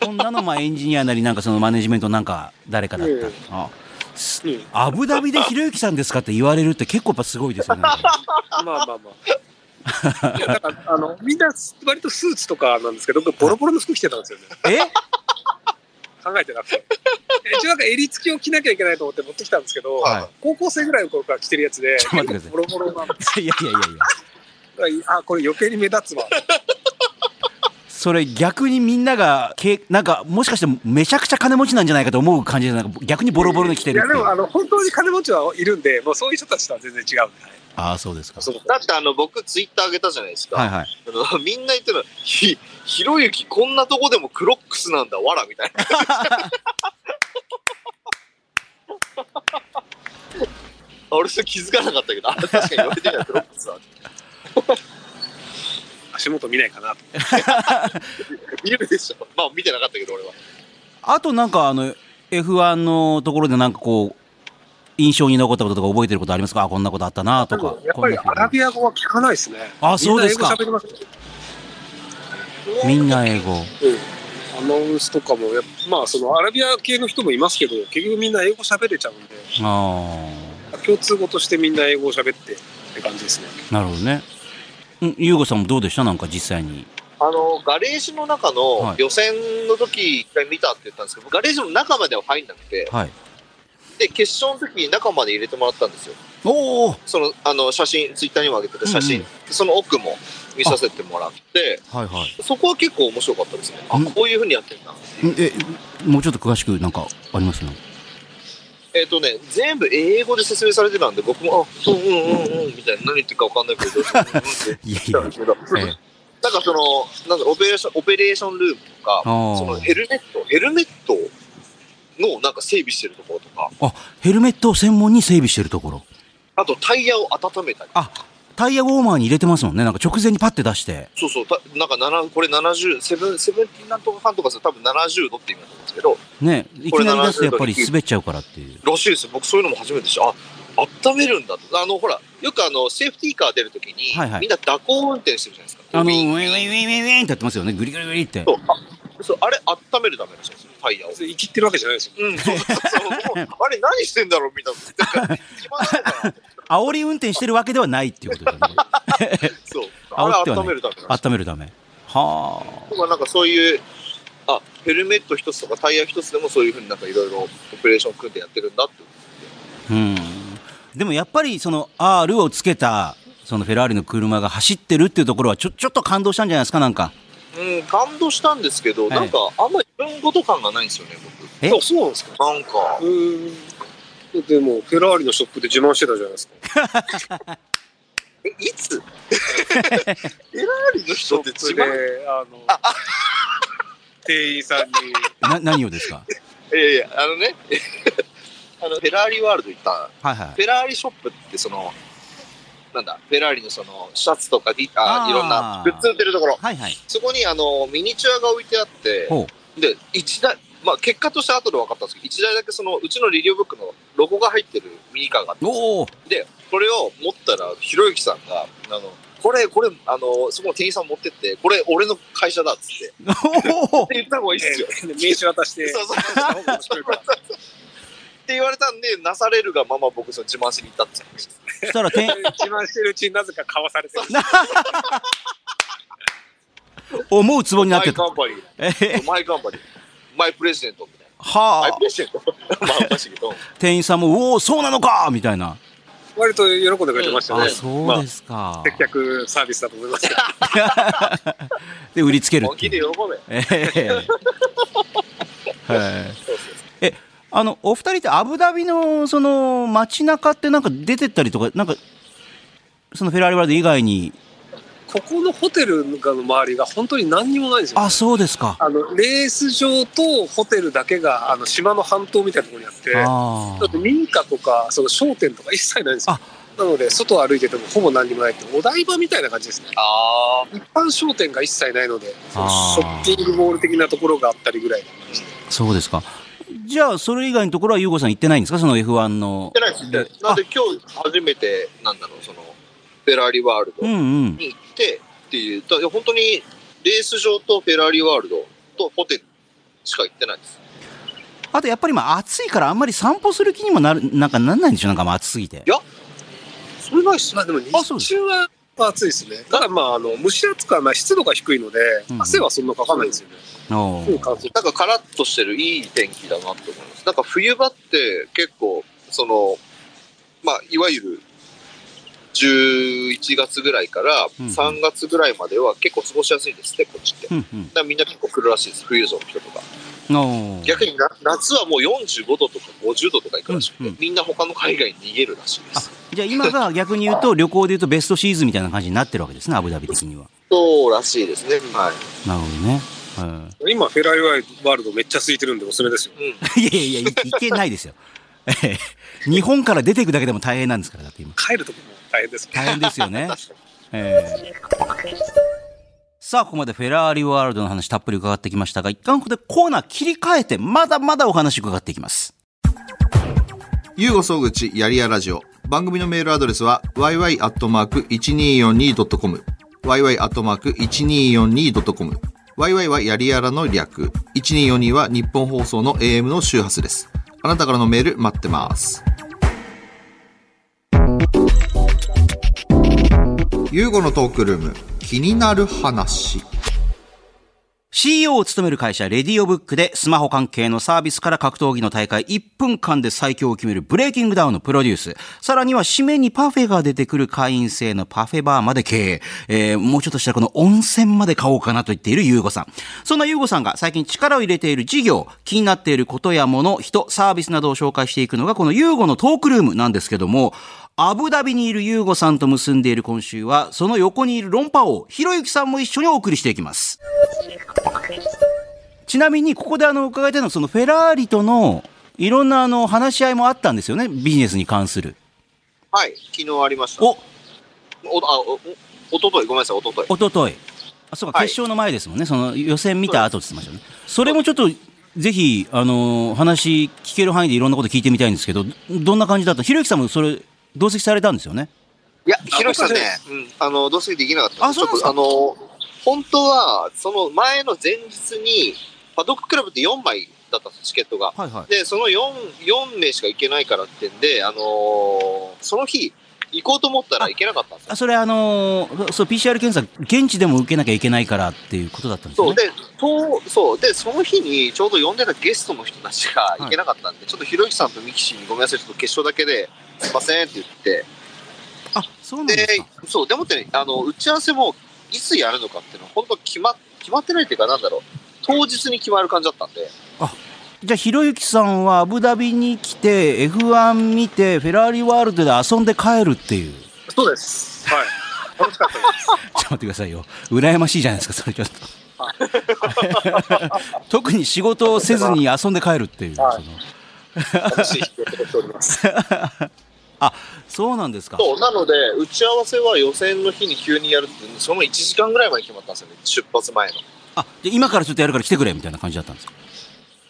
S1: ホンダのまあエンジニアなりなんかそのマネジメントなんか誰かだった。
S3: ええ
S1: あす
S3: うん
S1: アブダビでひろゆきさんですかって言われるって結構やっぱすごいです よね。
S3: まあまあまあ。いやだからあのみんな割とスーツとかなんですけどボロボロの服着てたんですよね
S1: え
S3: 考えてなく て一応なんか襟付きを着なきゃいけないと思って持ってきたんですけど、
S1: はい
S3: 高校生ぐらいの頃から着てるやつで
S1: ちょっと待ってください
S3: ボロボロなんで
S1: いやいやいやいや。
S3: あこれ余計に目立つわ
S1: それ逆にみんながけなんかもしかしてめちゃくちゃ金持ちなんじゃないかと思う感じでなんか逆にボロボロに来てる
S3: い
S1: っ
S3: や
S1: てい
S3: で
S1: う
S3: もあの本当に金持ちはいるんでもうそういう人たちとは全然違うんで、はい
S1: ああそうですか
S3: そう
S2: だってあの、僕、ツイッター上げたじゃないですか。
S1: はいはい
S2: あの みんな言ってるの、ひ、ひろゆきこんなとこでもクロックスなんだ、わら、みた いな。俺それ気づかなかったけど、あ確かに言われてみたらクロックスだ。
S3: 足元見ないかなと
S2: 見るでしょ。 まあ見てなかったけど、俺は。
S1: あとなんかあの F1 のところでなんかこう印象に残ったこととか覚えてることありますかあこんなことあったなとか
S3: やっぱりア
S1: こんな
S3: ラ
S1: 人
S3: ビア語は聞かないですね
S1: あそうですか
S3: みんな英語喋ります
S1: みんな英語
S3: アナウンスとかもやっぱまあそのアラビア系の人もいますけど結局みんな英語喋れちゃうんで
S1: あ
S3: 共通語としてみんな英語を喋ってって感じですね
S1: あなるほどねんゆうごさんもどうでしたなんか実際に
S2: あの、ガレージの中
S1: は
S2: の
S1: い
S2: 予選の時一回見たって言ったんですけど、ガレージの中までは入んなくて、
S1: はい
S2: で、決勝の時に中まで入れてもらったんですよ。
S1: おお
S2: その、あの、写真、ツイッターにも上げてた写真、
S1: うん
S2: その奥も見させてもらって、
S1: はいはい
S2: そこは結構面白かったですね。あ、
S1: うん
S2: こういう風にやってんだ。
S1: んえもうちょっと詳しくなんかありますね
S2: えっ、とね、全部英語で説明されてたんで、僕も、あ、うんうんうんうん、みたいな、何言ってるか分かんないけ ど、うん
S1: いやい
S2: うんうん
S1: や
S2: って言ってたんですけ ど、
S1: ええ
S2: なんかその、なんだオペレーション、オペレーションルームとか、
S1: あ
S2: その
S1: ー
S2: ヘルメット、ヘルメットのなんか整備してるところとか、
S1: あヘルメットを専門に整備してるところ
S2: あとタイヤを温めたり、
S1: あタイヤウォーマーに入れてますもんね。なんか直前にパッて出して。
S2: そうそう、たなんか7、これ70、セブン、セブンティーなんとかかんとかさ、多分70度って意味だと思うんですけど、
S1: ね。いきなり出すとやっぱり滑っちゃうからっていう。
S2: らしいですよ僕そういうのも初めてでした。あ、温めるんだと。あの、ほら、よくあの、セーフティーカー出るときに、
S1: はいはい
S2: みんな蛇行運転してるじゃないですか。
S1: あの、ウ
S2: ビ
S1: ィ
S2: ー
S1: ン
S2: ン
S1: ウィンウィンウィンウィンウィンってやってますよね。グリグリグリって。
S2: そうあそうあれ、温めるためらしいんですよ、タイヤを。
S3: 別に生きってるわけじゃないですよ。
S2: う ん、そうそうそうもうあれ、何してんだろうみたいな。なんか暇なのかな
S1: 煽り運転してるわけではないっていうことですよね。
S2: そう。
S1: 煽
S2: あ
S1: って
S2: れ、
S1: はね
S2: 温めるためらしい
S1: 温めるため。は
S2: とかなんかそういう、あ、ヘルメット一つとかタイヤ一つでもそういうふうになんかいろいろオペレーション組んでやってるんだって。
S1: あ。うん。でもやっぱりその R をつけた、そのフェラーリの車が走ってるっていうところはちょ、ちょっと感動したんじゃないですか、なんか。
S2: うん、感動したんですけど、
S1: い
S2: なんかあんまり自分ごと感がないんですよね、
S1: え
S3: あそうなんですか。
S2: 僕。なんか
S3: う、ーん。でも、フェラーリのショップで自慢してたじゃないですか。
S2: え、いつ フェラーリの
S3: ショ
S2: 人って
S3: ップ
S2: 違
S3: で
S2: う。、
S3: あの、店員さんに、
S1: な、何をですか
S2: いやいや、あのね、 あの、フェラーリワールド行った、
S1: はいはい。
S2: フェラーリショップってその、なんだ、フェラーリのその、シャツとかディあ
S1: あー
S2: いろんなグッズ売ってるところ。
S1: はいはい。
S2: そこにあの、ミニチュアが置いてあって、
S1: ほう。
S2: で、一台、まあ結果として後で分かったんですけど、一台だけその、うちのリリオブックのロゴが入ってるミニカーがあって、
S1: おお。
S2: で、これを持ったら、ひろゆきさんが、あの、これ、これ、あの、そこの店員さん持ってって、これ、俺の会社だっつって。
S1: おお
S2: って言った方がいいっすよ。
S3: えー名刺渡して、
S2: そうそう
S3: した方が面白いから
S2: って言われたんで、なされるがまま僕、その自慢しに行ったって話です。
S1: そしたらてん
S3: 自慢してるうちになぜか買わされてる。
S1: 思うツボになっ
S2: マ
S1: て
S2: イ
S1: た。
S2: カンパニー、
S1: えへへ
S2: マイカンパニー、マイプレジデントみたいな。マ
S1: は
S2: イプレジデント まあ、おかしいけど。
S1: あ。店員さんも、おお、そうなのかみたいな。
S3: 割と喜んでくれてましたね。
S1: あ、そうですか
S3: まあ。。接客サービスだと思いますけど。
S1: で、売りつける
S2: 本
S1: って
S2: 気で
S1: い
S2: 喜
S1: う。
S2: べ。
S1: えへへはい。
S2: そうそう
S1: え、あの、お二人ってアブダビの、その、街中ってなんか出てったりとか、なんか、そのフェラーリワールド以外に、
S3: ここのホテルがの周りが本当に何にもないんですよ。
S1: あ、そうですか。
S3: あの、レース場とホテルだけが、あの、島の半島みたいなところにあって、だ
S1: あ
S3: って民家とか、その商店とか一切ないんですよ
S1: あ。
S3: なので、外を歩いててもほぼ何にもないって、お台場みたいな感じですね。
S2: あ
S3: 一般商店が一切ないので、その
S1: あ
S3: ショ
S1: ー
S3: ッピングモール的なところがあったりぐらいの感じで。
S1: あ、そうですか。じゃあ、それ以外のところは、ゆうごさん行ってないんですかその F1 の
S2: あ。。ないですね。なんで今日初めて、なんだろう、その、フェラーリワールド
S1: うんうん。
S2: に行ってっていう、だから本当にレース場とフェラーリワールドとホテルしか行ってないです。
S1: あと、やっぱりまあ、暑いから、あんまり散歩する気にもなる、なんかなんないんでしょなんかまあ、暑すぎて。
S3: それないし、まあでも
S1: あそうで
S3: 日
S1: す
S3: 中は暑いですね。ただまあ、あの、蒸し暑くはない、湿度が低いので
S1: う、ん
S3: 汗はそんなかかんないんですよね。
S1: お
S3: すぐ
S1: ー
S3: 乾燥
S2: なんかカラッとしてるいい天気だなって思います。なんか冬場って結構、その、まあ、いわゆる11月ぐらいから
S1: うんうん
S2: 3月ぐらいまでは結構過ごしやすいんですって、こっちって。だか
S1: うんうん
S2: らみんな結構来るらしいです、冬像の人とか。
S1: おー
S2: 逆にな夏はもう45度とか50度とかいくらしくて、
S1: うんうん
S2: みんな他の海外に逃げるらしいで
S1: あ
S2: す。
S1: じゃあ今が逆に言うと旅行で言うとベストシーズンみたいな感じになってるわけですね、アブダビ的には。
S2: そうらしいですね。はい。
S1: なるほどね。うん
S3: 今、フェラーリワールドめっちゃ空いてるんでおすすめですよ。
S2: うん。
S1: いやいやいや、いいけないですよ。 ええ日本から出ていくだけでも大変なんですから、だって今。
S3: 帰るとこも大変です。
S1: 大変ですよね。ええさあ、ここまでフェラーリワールドの話たっぷり伺ってきましたが、一旦ここでコーナー切り替えて、まだまだお話伺っていきます。
S4: ゆうごそうぐちやりやラジオ。番組のメールアドレスは yy.1242.com。yy.1242.com。yy はやりやらの略。1242は日本放送の AM の周波数です。あなたからのメール待ってます。ゆうごのトークルーム、気になる話。
S1: CEO を務める会社、レディオブックで、スマホ関係のサービスから格闘技の大会1分間で最強を決めるブレイキングダウンのプロデュース。さらには、締めにパフェが出てくる会員制のパフェバーまで経営。えー、もうちょっとしたらこの温泉まで買おうかなと言っているゆうごさん。そんなゆうごさんが最近力を入れている事業、気になっていることやもの、人、サービスなどを紹介していくのが、このゆうごのトークルームなんですけども、アブダビにいるゆうごさんと結んでいる今週は、その横にいる論破王、ひろゆきさんも一緒にお送りしていきます。ちなみに、ここであの、伺いたいのは、そのフェラーリとの、いろんなあの、話し合いもあったんですよね。ビジネスに関する。
S2: はい。昨日ありました。
S1: お
S2: おあおおととい、ごめんなさい、おととい。
S1: おととい。あ、そうか、
S2: はい
S1: 決勝の前ですもんね。その予選見た後って言ってましたよね。それもちょっと、ぜひ、あのー話聞ける範囲でいろんなこと聞いてみたいんですけど、どどんな感じだったひろゆきさんもそれ、同席されたんですよね。
S2: いや、ひろしさんね
S3: あ、
S2: うん、あの、同席できなかった。
S1: あそうなんです
S2: ちょっとあの、本当は、その前の前日に、パドッククラブって4枚だったんです、チケットが。
S1: はいはい。
S2: で、その 4, 4名しか行けないからってんで、あのーその日、行こうと思ったら行けなかったんですよ。
S1: あそれ、あのーそう、PCR 検査、現地でも受けなきゃいけないからっていうことだったんです
S2: そ
S1: ね
S2: う。でとそうで、その日にちょうど呼んでたゲストの人たちが行けなかったんで、ちょっとひろゆきさんとミキシーにごめんなさい、ちょっと決勝だけで、すいませんって言って、
S1: あ、そうなんです
S2: で
S1: か。、
S2: そう、でもってね、あの、打ち合わせもいつやるのかっていうのは、本当決ま、決まってないっていうか、なんだろう、当日に決まる感じだったんで、
S1: じゃあ、ひろゆきさんはアブダビに来て、F1 見て、フェラーリワールドで遊んで帰るっていう。
S3: そうです。はい。楽しかったです。
S1: ちょっと待ってくださいよ。羨ましいじゃないですか、それちょっと。 特に仕事をせずに遊んで帰るっていう。
S3: は
S1: その
S3: 楽しい日を過ごしております。
S1: あ、そうなんですか。
S2: そう、なので、打ち合わせは予選の日に急にやるって、その1時間ぐらい前に決まったんですよね、出発前の。
S1: あ、で今からちょっとやるから来てくれみたいな感じだったんですか。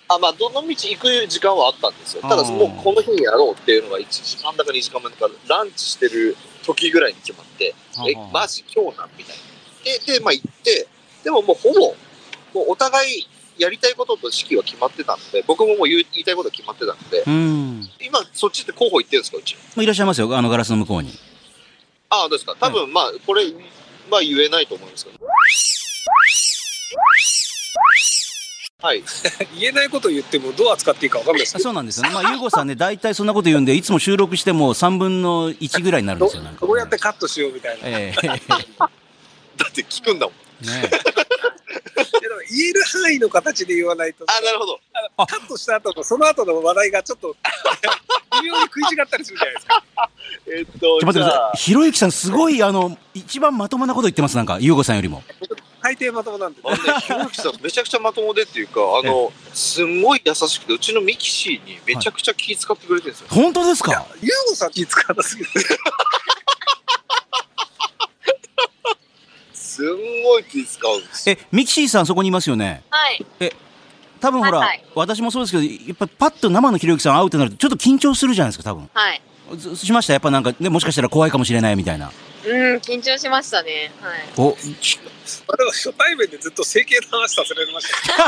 S2: あ、まあ、どの道行く時間はあったんですよ。ただ、
S1: あー
S2: もうこの日にやろうっていうのが1時間だか2時間前だか、ランチしてる時ぐらいに決まって、え
S1: はあは、あ
S2: マジ今日なんみたいな。で、で、まあ行って、でももうほぼ、もうお互いやりたいことと式は決まってたので、僕ももう言う言いたいことは決まってたので、
S1: うん。
S2: 今そっちって候補行ってるんですか、うち。
S1: いらっしゃいますよ、あのガラスの向こうに。
S2: ああ、どうですか。多分、まあ、これ、まあ言えないと思うんですけど。はい。
S3: 言えないこと言ってもどう扱っていいかわかんないです
S1: あ。そうなんですよ ね。まあ、ゆうごさんね、大体そんなこと言うんで、いつも収録しても3分の1ぐらいになるんで
S3: ど
S1: すよ、なんか。
S3: どうやってカットしようみたいな。いや
S1: ええ
S2: だって聞くんだもん。
S1: ね
S3: でも言える範囲の形で言わないと、
S2: あ、なるほど。
S1: あ
S3: カットした後のその後の話題がちょっと 微妙に食い違ったりするじゃないですか。
S2: えっと、
S1: ちょっと待ってく
S2: じ
S1: だ
S2: ゃ
S1: さ
S2: あ
S1: い。ひろゆきさん、すごい、あの、一番まともなこと言ってます、なんか、ゆうごさんよりも。
S3: 大抵まともなんで、
S2: あのね、ひろゆきさんめちゃくちゃまともでっ ていうか、あの、すんごい優しくて、うちのミキシーにめちゃくちゃ気使ってくれてるんですよ。
S1: 本当ですか
S3: ユーゴさん気使わなすぎて。
S2: すんごい気使うんですよ。
S1: え、ミキシーさん、そこにいますよね。
S5: はい。
S1: 多分ほら、
S5: はいはい
S1: 私もそうですけど、やっぱパッと生のひろゆきさん会うってなると、ちょっと緊張するじゃないですか、多分
S5: はい。
S1: ずしましたやっぱなんか、ね、もしかしたら怖いかもしれないみたいな。
S5: うん、緊張しましたね。はい。
S1: お、
S3: あれは初対面でずっと整形の話させられましたよ。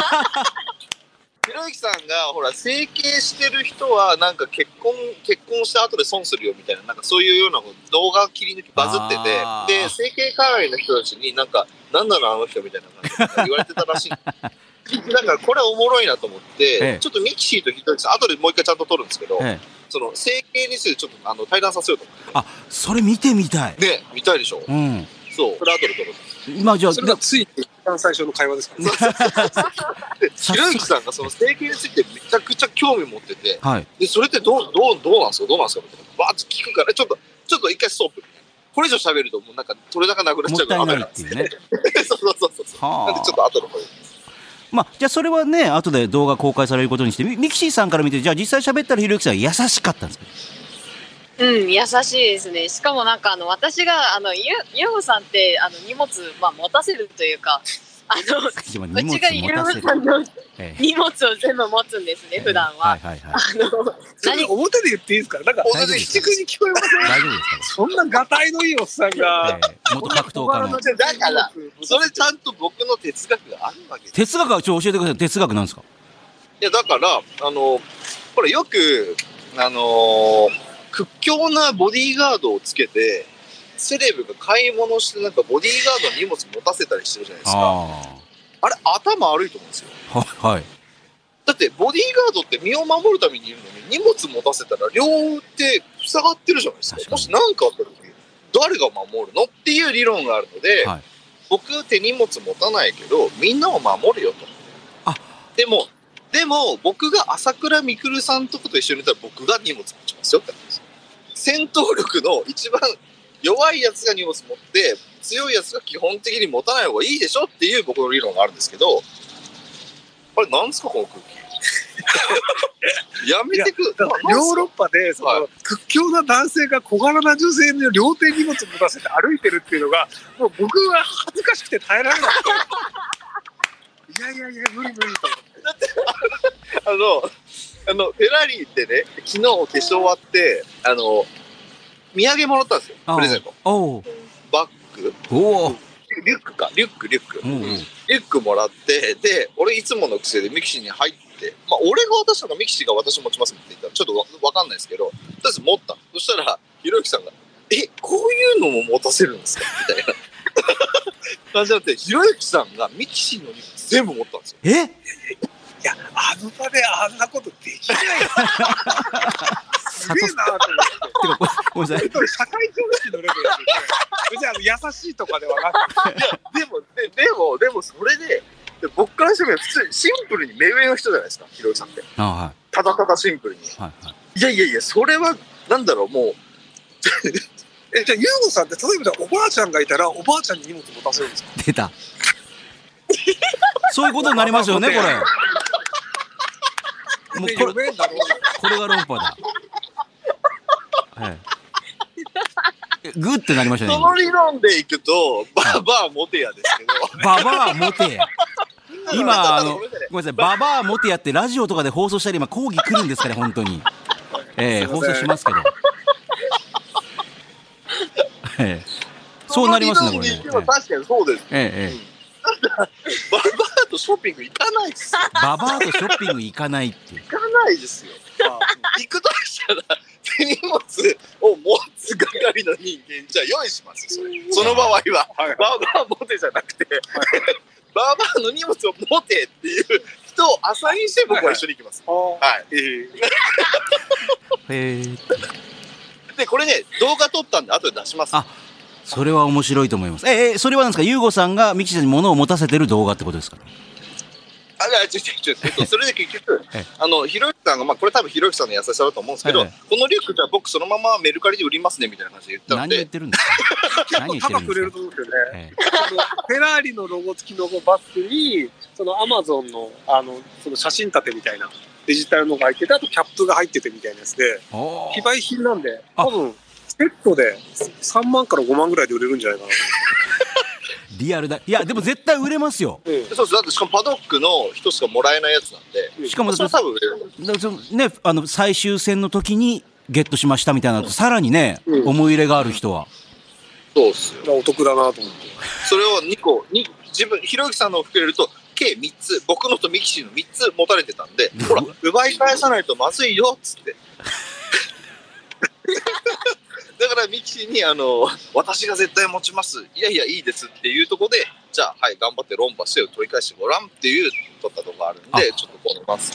S2: ひろゆきさんが、ほら、整形してる人は、なんか結婚、結婚した後で損するよみたいな、なんかそういうような動画切り抜きバズって
S1: あ
S2: て、
S1: ー
S2: で、整形代わりの人たちになんか、なんなのあの人みたいな感じで言われてた らしい。なんかこれおもろいなと思って、
S1: ええ
S2: ちょっとミキシーとひろゆきさん、後でもう一回ちゃんと撮るんですけど、
S1: ええ、
S2: その整形についてちょっとあの対談させようと思
S1: あ、それ見てみたい
S2: っ。て。ね、見たいでしょ
S1: うん。
S2: そう。これ後で撮る。
S1: 今じゃあ、
S3: それが
S1: で
S3: つい一番最初の会話ですから、ね。
S2: ひろゆきさんがその整形についてめちゃくちゃ興味持ってて、
S1: はい。
S2: で、それってどう、どう、どうなんすかどうなんすかみたいな。わーって聞くから、ちょっと、ちょっと一回ストップみたいな。これ以上喋ると、もうなんか、取れ高なくなっ
S1: も
S2: ちゃ
S1: っ
S2: うか
S1: た
S2: ら、
S1: いない
S2: 危
S1: っていうね。
S2: ない そうそうそうそう。
S1: はあ
S2: なんでちょっと後の方に。
S1: まあ、じゃあそれはね、後で動画公開されることにして、ミミキシーさんから見て、じゃあ実際喋ったらひろゆきさん優しかったんですか
S5: うん、優しいですね。しかもなんかあの私があのゆゆうほさんってあの荷物まあ持たせるというか、あの
S1: 今
S5: う
S1: 荷物
S5: ちがゆ
S1: 持
S5: う
S1: た
S5: ほ
S1: せる
S5: さ。んの
S1: ええ
S5: 荷物を全部持つんですね。 普段は。
S1: いはいはい。
S5: あの
S3: それ表で言っていいですから。なん か、
S1: 大丈夫です
S3: ひくに聞こえません。
S1: 大丈夫です
S3: そんながたいのいいおっさん
S1: か
S3: が。、
S1: ええ、元格闘家の。
S2: だから、それちゃんと僕の哲学があるわけです。
S1: 哲学はちょっと教えてください。哲学なんですか
S2: いや、だから、あの、ほら、よく、あのー屈強なボディーガードをつけて、セレブが買い物して、なんかボディーガードの荷物持たせたりしてるじゃないですか。
S1: あ
S2: あれ、頭悪いと思うんですよ。
S1: あ。はい。
S2: だってボディーガードって身を守るためにいるのに荷物持たせたら両腕塞がってるじゃないですか
S1: 確かに
S2: もし何かあった時誰が守るのっていう理論があるので、
S1: はい
S2: 僕って荷物持たないけどみんなを守るよと
S1: あ
S2: でもでも僕が朝倉未来さんとこと一緒にいたら僕が荷物持ちますよって話です戦闘力の一番弱いやつが荷物持って強いやつが基本的に持た ない方がいいでしょっていう僕の理論があるんですけどあれなんですかこの空気やめてく。
S3: だからヨーロッパでその、
S2: は
S3: 屈強な男性が小柄な女性の両手に荷物持たせて歩いてるっていうのがもう僕は恥ずかしくて耐えられなくていやいやいや無理無理と思って
S2: あの、あの、フェラーリってね、昨日化粧終わって、あの、土産もらったんですよ。
S1: あ
S2: プレゼント。
S1: おう
S2: バッグ
S1: おう
S2: リュックか。リュック、リュック。
S1: うんうん
S2: リュックもらって、で、俺いつもの癖でミキシーに入って、まあ、俺が渡したのかミキシーが私持ちますって言ったら、ちょっとわわかんないですけど、とりあえず持ったの。そしたら、ひろゆきさんが、え、こういうのも持たせるんですかみたいな感じになって、ひろゆきさんがミキシーの荷物全部持ったんですよ。
S1: え
S3: いやあの場であんなことできないすげえなと思って。
S1: てか、ごごめんなさい。
S3: 社会常識のレベルですね。別にあの優しいとかではなくて、
S2: でも、ででも、でもそれで、で僕からしてみれば普通にシンプルに目上の人じゃないですか、ひろゆきさんって。
S1: あは
S2: ただただシンプルに。
S1: い。はい。はい。
S2: いやいやいや、それは、なんだろう、もう、
S3: えじゃあユーゴさんって例えばじゃあおばあちゃんがいたらおばあちゃんに荷物持たせるんですか。
S1: 出た。そういうことになりますよね、これ。もう
S3: で
S1: これ、
S3: 読めんだろうな。
S1: これが論破だ。はい。えグーってなりましたね、
S2: そ
S1: 今
S2: の理論でいくと、バーバーモテやですけど、
S1: ババアモテや。今、あの、ごめんなさい、ババアモテやってラジオとかで放送したり、今抗議来るんですから、本当 に。ええ
S3: すいま
S1: 放
S3: せん
S1: 送しますけど。 ええそうなりますね、これね。
S2: その理論でいけば確かにそうです。
S1: ええええええ
S2: バーバーとショッピング行かないです。行
S1: ババアとショッピング行かないっていう。
S2: かないですよ。行くとしたら、手荷物を持つ係の人間じゃ用意しますよ、それ。その場合は。
S3: はいはい。
S2: バーバーモテじゃなくて、バーバーの荷物を持てっていう人をアサインして僕は一緒に行きます。
S3: あー
S2: はい。
S3: え
S1: へえ
S2: で、これね、動画撮ったんで後で出します。
S1: あそれは面白いと思います。えええ、それはなんですか、ユーゴさんがミキさんに物を持たせてる動画ってことですか。
S2: あ、いや、ちょ、ちょ、ちょ、えっと、それで結局
S1: ええ、
S2: あの、ひろゆきさんが、まあ、これ多分ひろゆきさんの優しさだと思うんですけど、
S1: はいは
S2: このリュックじゃあ僕そのままメルカリで売りますね、みたいな感じで言った
S1: 何
S2: ん
S1: を言っ
S2: で、
S1: てるんです か。何を
S3: 結
S1: 言っ
S3: 構高
S1: て
S3: く売れ
S1: るん
S3: る
S1: ですか。
S3: と思うんですよね。
S1: ええ
S3: あのフェラーリのロゴ付きのバッグにそのアマゾンのあのその写真立てみたいなデジタルのが入っててあとキャップが入っててみたいなやつで
S1: おー
S3: 非売品なんで
S1: あ
S3: 多分セットで3万から5万ぐらいで売れるんじゃないかなと
S1: リアルだ。いや、でも絶対売れますよ。
S3: 思って。
S2: そうそう、だってしかもパドックの人しかもらえないやつなんで、
S1: しかも、
S2: そ
S1: だっ
S2: れ
S1: て
S2: 多分売れる。
S1: だからそのね、あの最終戦の時にゲットしましたみたいなのと、さらにね、
S3: うん
S1: 思い入れがある人は。
S2: そうっすよ。
S3: うん、お得だなと思って。
S2: それを2個、に自分、ひろゆきさんのを含めると、計3つ、僕のとミキシーの3つ持たれてた んで、ほら、奪い返さないとまずいよ、っつって。 だからミキシーに、あの、私が絶対持ちます、いやいや、いいですっていうとこで、じゃあ、はい、頑張って論破してよ、取り返してごらんっていう、取ったとこあるんで、ちょっとこのます。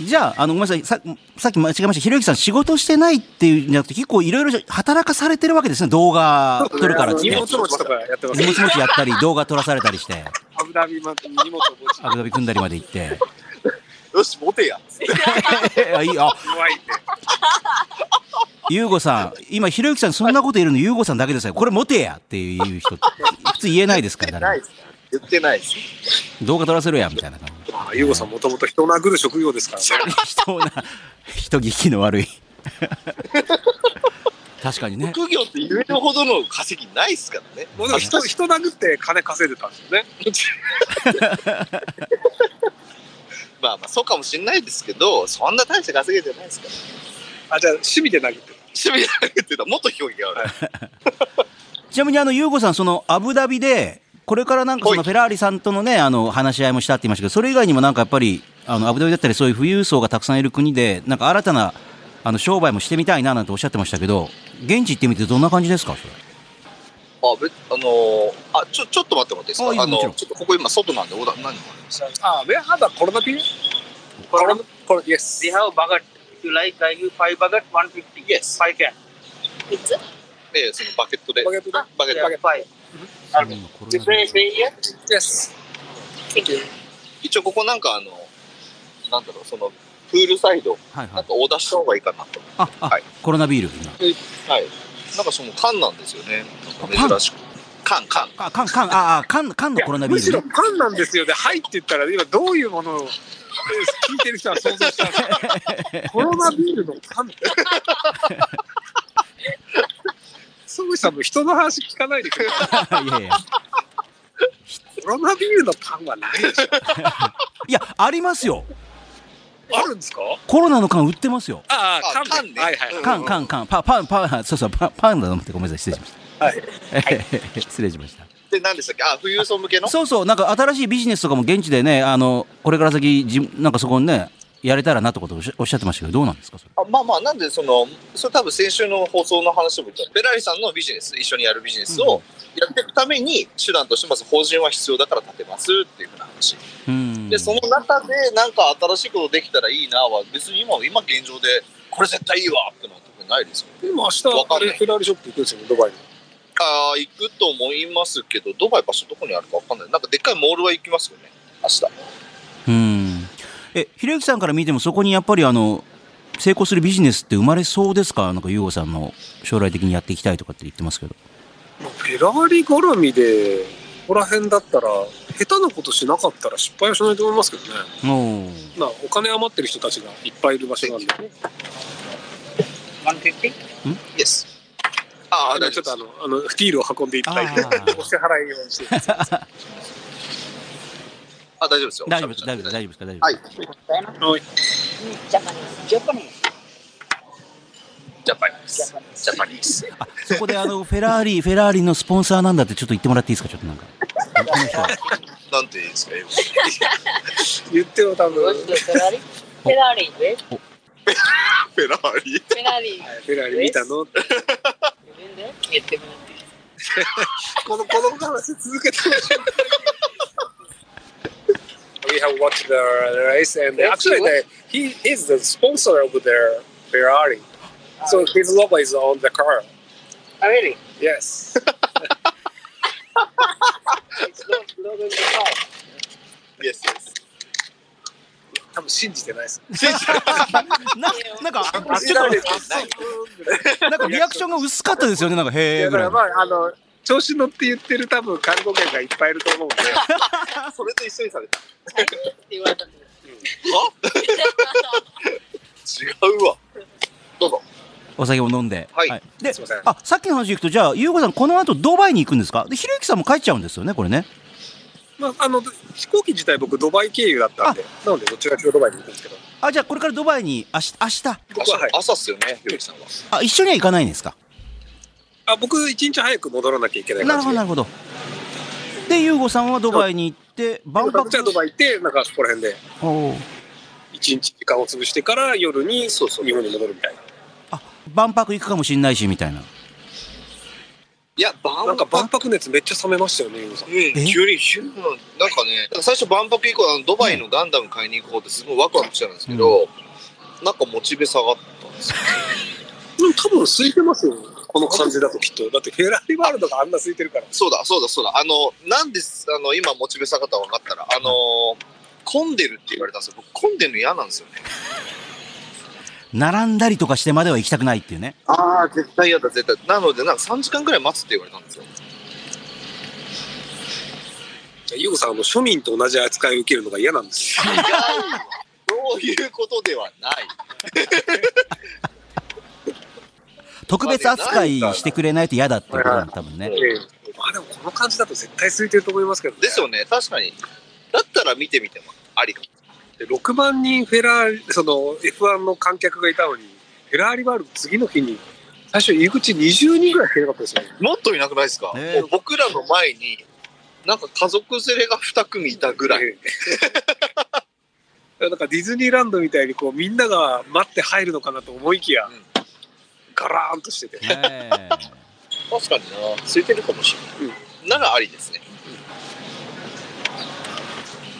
S1: じゃあ、あの、ごめんなさい、ささっき間違えました。ひろゆきさん仕事してないっていうんじゃなくて、結構いろいろ働かされてるわけですね。動画撮るからっつっ
S3: 荷
S1: て
S3: 物。持ちとかやってます
S1: 荷。物持ちやったり、動画撮らされたりして、
S3: アブダビマ荷物持ち。
S1: アブダビ組んだりまで行 って。
S2: よし、持てや。
S1: あ、いい、あ、
S3: 怖いって。
S1: ゆうごさん、今、ひろゆきさんそんなこと言えるのゆうごさんだけですよ。これ持てやっていう人、普通言えないですから、
S2: ない
S1: 誰
S2: っす言ってないです。
S1: も動画撮らせろや、みたいな感じ。
S3: まあ、ゆうごさんもともと人を殴る職業ですからね。
S1: 人な人聞きの悪い 確かにね
S2: 副業って言えるほどの稼ぎないっすからね。
S3: もうでも人、人殴って金稼いでたんですよね。
S2: まあまあそうかもしれないですけど、そんな大して稼げてないですから。
S3: あ、じゃあ趣味で殴って
S2: 趣味で言ってたらもっと表現がある。
S1: ちなみにあの優吾さんそのアブダビでこれからなんかその
S2: はい
S1: フェラーリさんとのねあの話し合いもしたって言いましたけどそれ以外にもなんかやっぱりあのアブダビだったりそういう富裕層がたくさんいる国でなんか新たなあの商売もしてみたいななんておっしゃってましたけど現地行ってみてどんな感じですかそれ
S2: あ、べあのーあ、ちょ、ちょっと待ってもらっていいですか
S1: あいいよ
S2: あの
S1: もちろん
S2: ちょっとここ今外なんで、オーダー何
S3: た。あ、ウェアハーダーコロナピンコロナ、コロナ、イエス
S6: We。have bagat. If you like, I give five bagat, 150.
S2: Yes.
S6: Five can.
S5: いつ
S2: ええそのバケットで。
S3: バケットで
S2: バケット
S6: Yeah, five.
S1: 今コロナ
S6: This way,
S1: で
S6: this way here.
S3: イエス。
S2: 一応ここなんかあの、なんだろう、その、プールサイド、
S1: はいは
S2: な
S1: い
S2: んかオーダーした方がいいかなと。
S1: ああ、
S2: はい
S1: コロナビール今
S2: はい。なんかその缶なんですよね。なんか珍しく。缶、缶。
S1: あ缶缶ああ缶缶のコロナビ
S3: むし
S1: ール
S3: ろ
S1: ね
S3: パンなんですよね。はいって言ったら、今どういうものを聞いてる人は想像したんですけ どコロナビールの神。ソグさんも人の話聞かないでくれ。
S1: いやいや。
S3: コロナビールの缶はないでしょ。
S1: いや、ありますよ。
S3: あるんですか
S1: コロナの缶売ってますよ。
S3: あ
S2: あ缶ね
S3: はいはい。
S2: うん
S1: 缶、缶、缶。パン、パン、パン、 そうそう、パン、パンだと思ってごめんなさい。失礼しました。
S3: はい
S1: 失礼しました。
S2: で、何でしたっけあ、富裕層向けの
S1: そうそう、なんか新しいビジネスとかも現地でね、あの、これから先、じなんかそこにね、やれたらなってことをおっしゃおっしゃってましたけど、どうなんですか、それ。
S2: あまあまあ、なんで、その、それ多分先週の放送の話でも言った、ベラリさんのビジネス、一緒にやるビジネスをやっていくために、手段としてまず法人は必要だから立てますっていうふうな話。
S1: うん。
S2: で、その中で、なんか新しいことできたらいいなは、別に今、今現状で、これ絶対いいわってのは特にないですよ。
S3: でも明日、
S2: わか
S3: あ
S2: んない
S3: れ、フェラーリショップ行くんですよね、ドバイに。
S2: あー行くと思いますけど、ドバイ場所どこにあるかわかんない。なんかでっかいモールは行きますよね、明日。
S1: うん。え、ひろゆきさんから見ても、そこにやっぱりあの、成功するビジネスって生まれそうですかなんか、ゆうごさんの将来的にやっていきたいとかって言ってますけど。
S3: まあフェラーリ絡みで、ここら辺だったら、下手なことしなかったら失敗はしないと思いますけどね。
S1: おお。
S3: まあ、お金余ってる人たちがいっぱいいる場所なんで。
S6: 150?
S2: イエス。ああ、
S3: あの
S2: 大
S3: ち
S2: 丈
S3: ょっと
S2: 夫
S3: あ
S2: で
S3: の、あの、ティールを運んでいただいて、
S1: あー
S3: お支払いをしてください。
S2: す。あ、大丈夫ですよ。
S1: 大丈夫です、大丈夫です、大丈夫ですか、大丈夫ですか
S2: は
S3: は
S2: い。
S3: い
S6: Japanese. Japanese.
S2: ジャパニーズ。ジャパニーズ。
S1: あそこであのフェラーリ、フェラーリのスポンサーなんだってちょっと言ってもらっていいですか、ちょっとなんか。この人は
S2: なんていうんですか、英語。
S3: 言っても多分、はい
S6: What's the Ferrari? Ferrari. Wait,
S2: フェラーリ。
S5: フェラーリ
S3: フェラーリ見たのって
S5: 言ってもらって
S3: この、この話続けてほしい。We have watched the race and actually the, he is the sponsor of their Ferrari. So his logo is on the car.
S6: Oh, really?
S3: Yes.
S6: It's not logo in the car.
S2: イエス、イエス。
S3: 多分信じてないです。
S1: ななんか、ち
S3: 信じ
S1: ょ
S3: ら
S1: っ
S3: れるない
S1: と、なんかリアクションが薄かったですよね、なんか、へえ
S3: だ
S1: ぐ
S3: からら
S1: い
S3: ま
S1: の。
S3: あ、あの、 調子乗って言ってる多分看護犬がいっぱいいると思うんで、
S2: それと一緒にされた。
S5: って言われたんで
S2: は違うわ。どうぞ。
S1: お酒を飲んで。
S2: はい
S1: です
S3: いません、
S1: あ、さっきの話でいくと、じゃあ、ゆうごさん、この後ドバイに行くんですかで、ひろゆきさんも帰っちゃうんですよね、これね。
S3: まあ、あの、飛行機自体僕ドバイ経由だったんで、なのでどっちが今日ドバイに行くんですけど、
S1: あ、じゃあ、これからドバイに、あし、明日。
S3: 僕ははい。
S2: 朝っすよね、ひろゆきさんは。
S1: あ、一緒には行かないんですか
S3: あ、僕一日早く戻らなきゃいけない
S1: なるほど、
S3: 感じで。
S1: なるほど。で、ゆうごさんはドバイに行って、万
S3: 僕
S1: 博
S3: は。じゃあドバイ行って、なんかそこら辺で
S1: おー
S3: 一日時間を潰してから夜にそうそう日本に戻るみたいな。
S1: あ、万博行くかもしんないし、みたいな。
S2: いや、万
S3: なんか
S2: 博。
S3: 万博熱めっちゃ冷めましたよね、ゆうさん
S2: う。ん、急に、急に、なんかね、なんか最初万博以降、あのドバイのガンダム買いに行こうってすごいワクワクしてたんですけど、なんかモチベ下がったんですよ。
S3: でも多分空いてますよ。この感じだときっと。だってフェラーリワールドがあんな空いてるから。
S2: そうだ、そうだ、そうだ。あの、なんで、あの、今、モチベ下がったか分かったら、あの、混んでるって言われたんですよ。僕、混んでるの嫌なんですよね。
S1: 並んだりとかしてまでは行きたくないっていうね。
S2: ああ、絶対嫌だ、絶対。なので、なんか3時間ぐらい待つって言われたんですよ。
S3: じゃあゆうさん、あの、庶民と同じ扱いを受けるのが嫌なんですよ。
S2: そういうことではない。
S1: 特別扱いしてくれないと嫌だっていうことなんだ多分ね。
S3: まあでもこの感じだと絶対空いてると思いますけどね。
S2: ですよね、確かに。だったら見てみてもありかも。
S3: で6万人フェラーリ、その F1 の観客がいたのに、フェラーリワールド次の日に、最初入り口20人ぐらいしかいなかったですよね。
S2: もっといなくないですか、
S1: ねえ
S2: 僕らの前に、なんか家族連れが2組いたぐらい。
S3: ええなんかディズニーランドみたいにこうみんなが待って入るのかなと思いきや、
S2: うん
S3: ガラーンとしてて。
S1: ねえ
S2: 確かにな、空いてるかもしれない。ならありですね。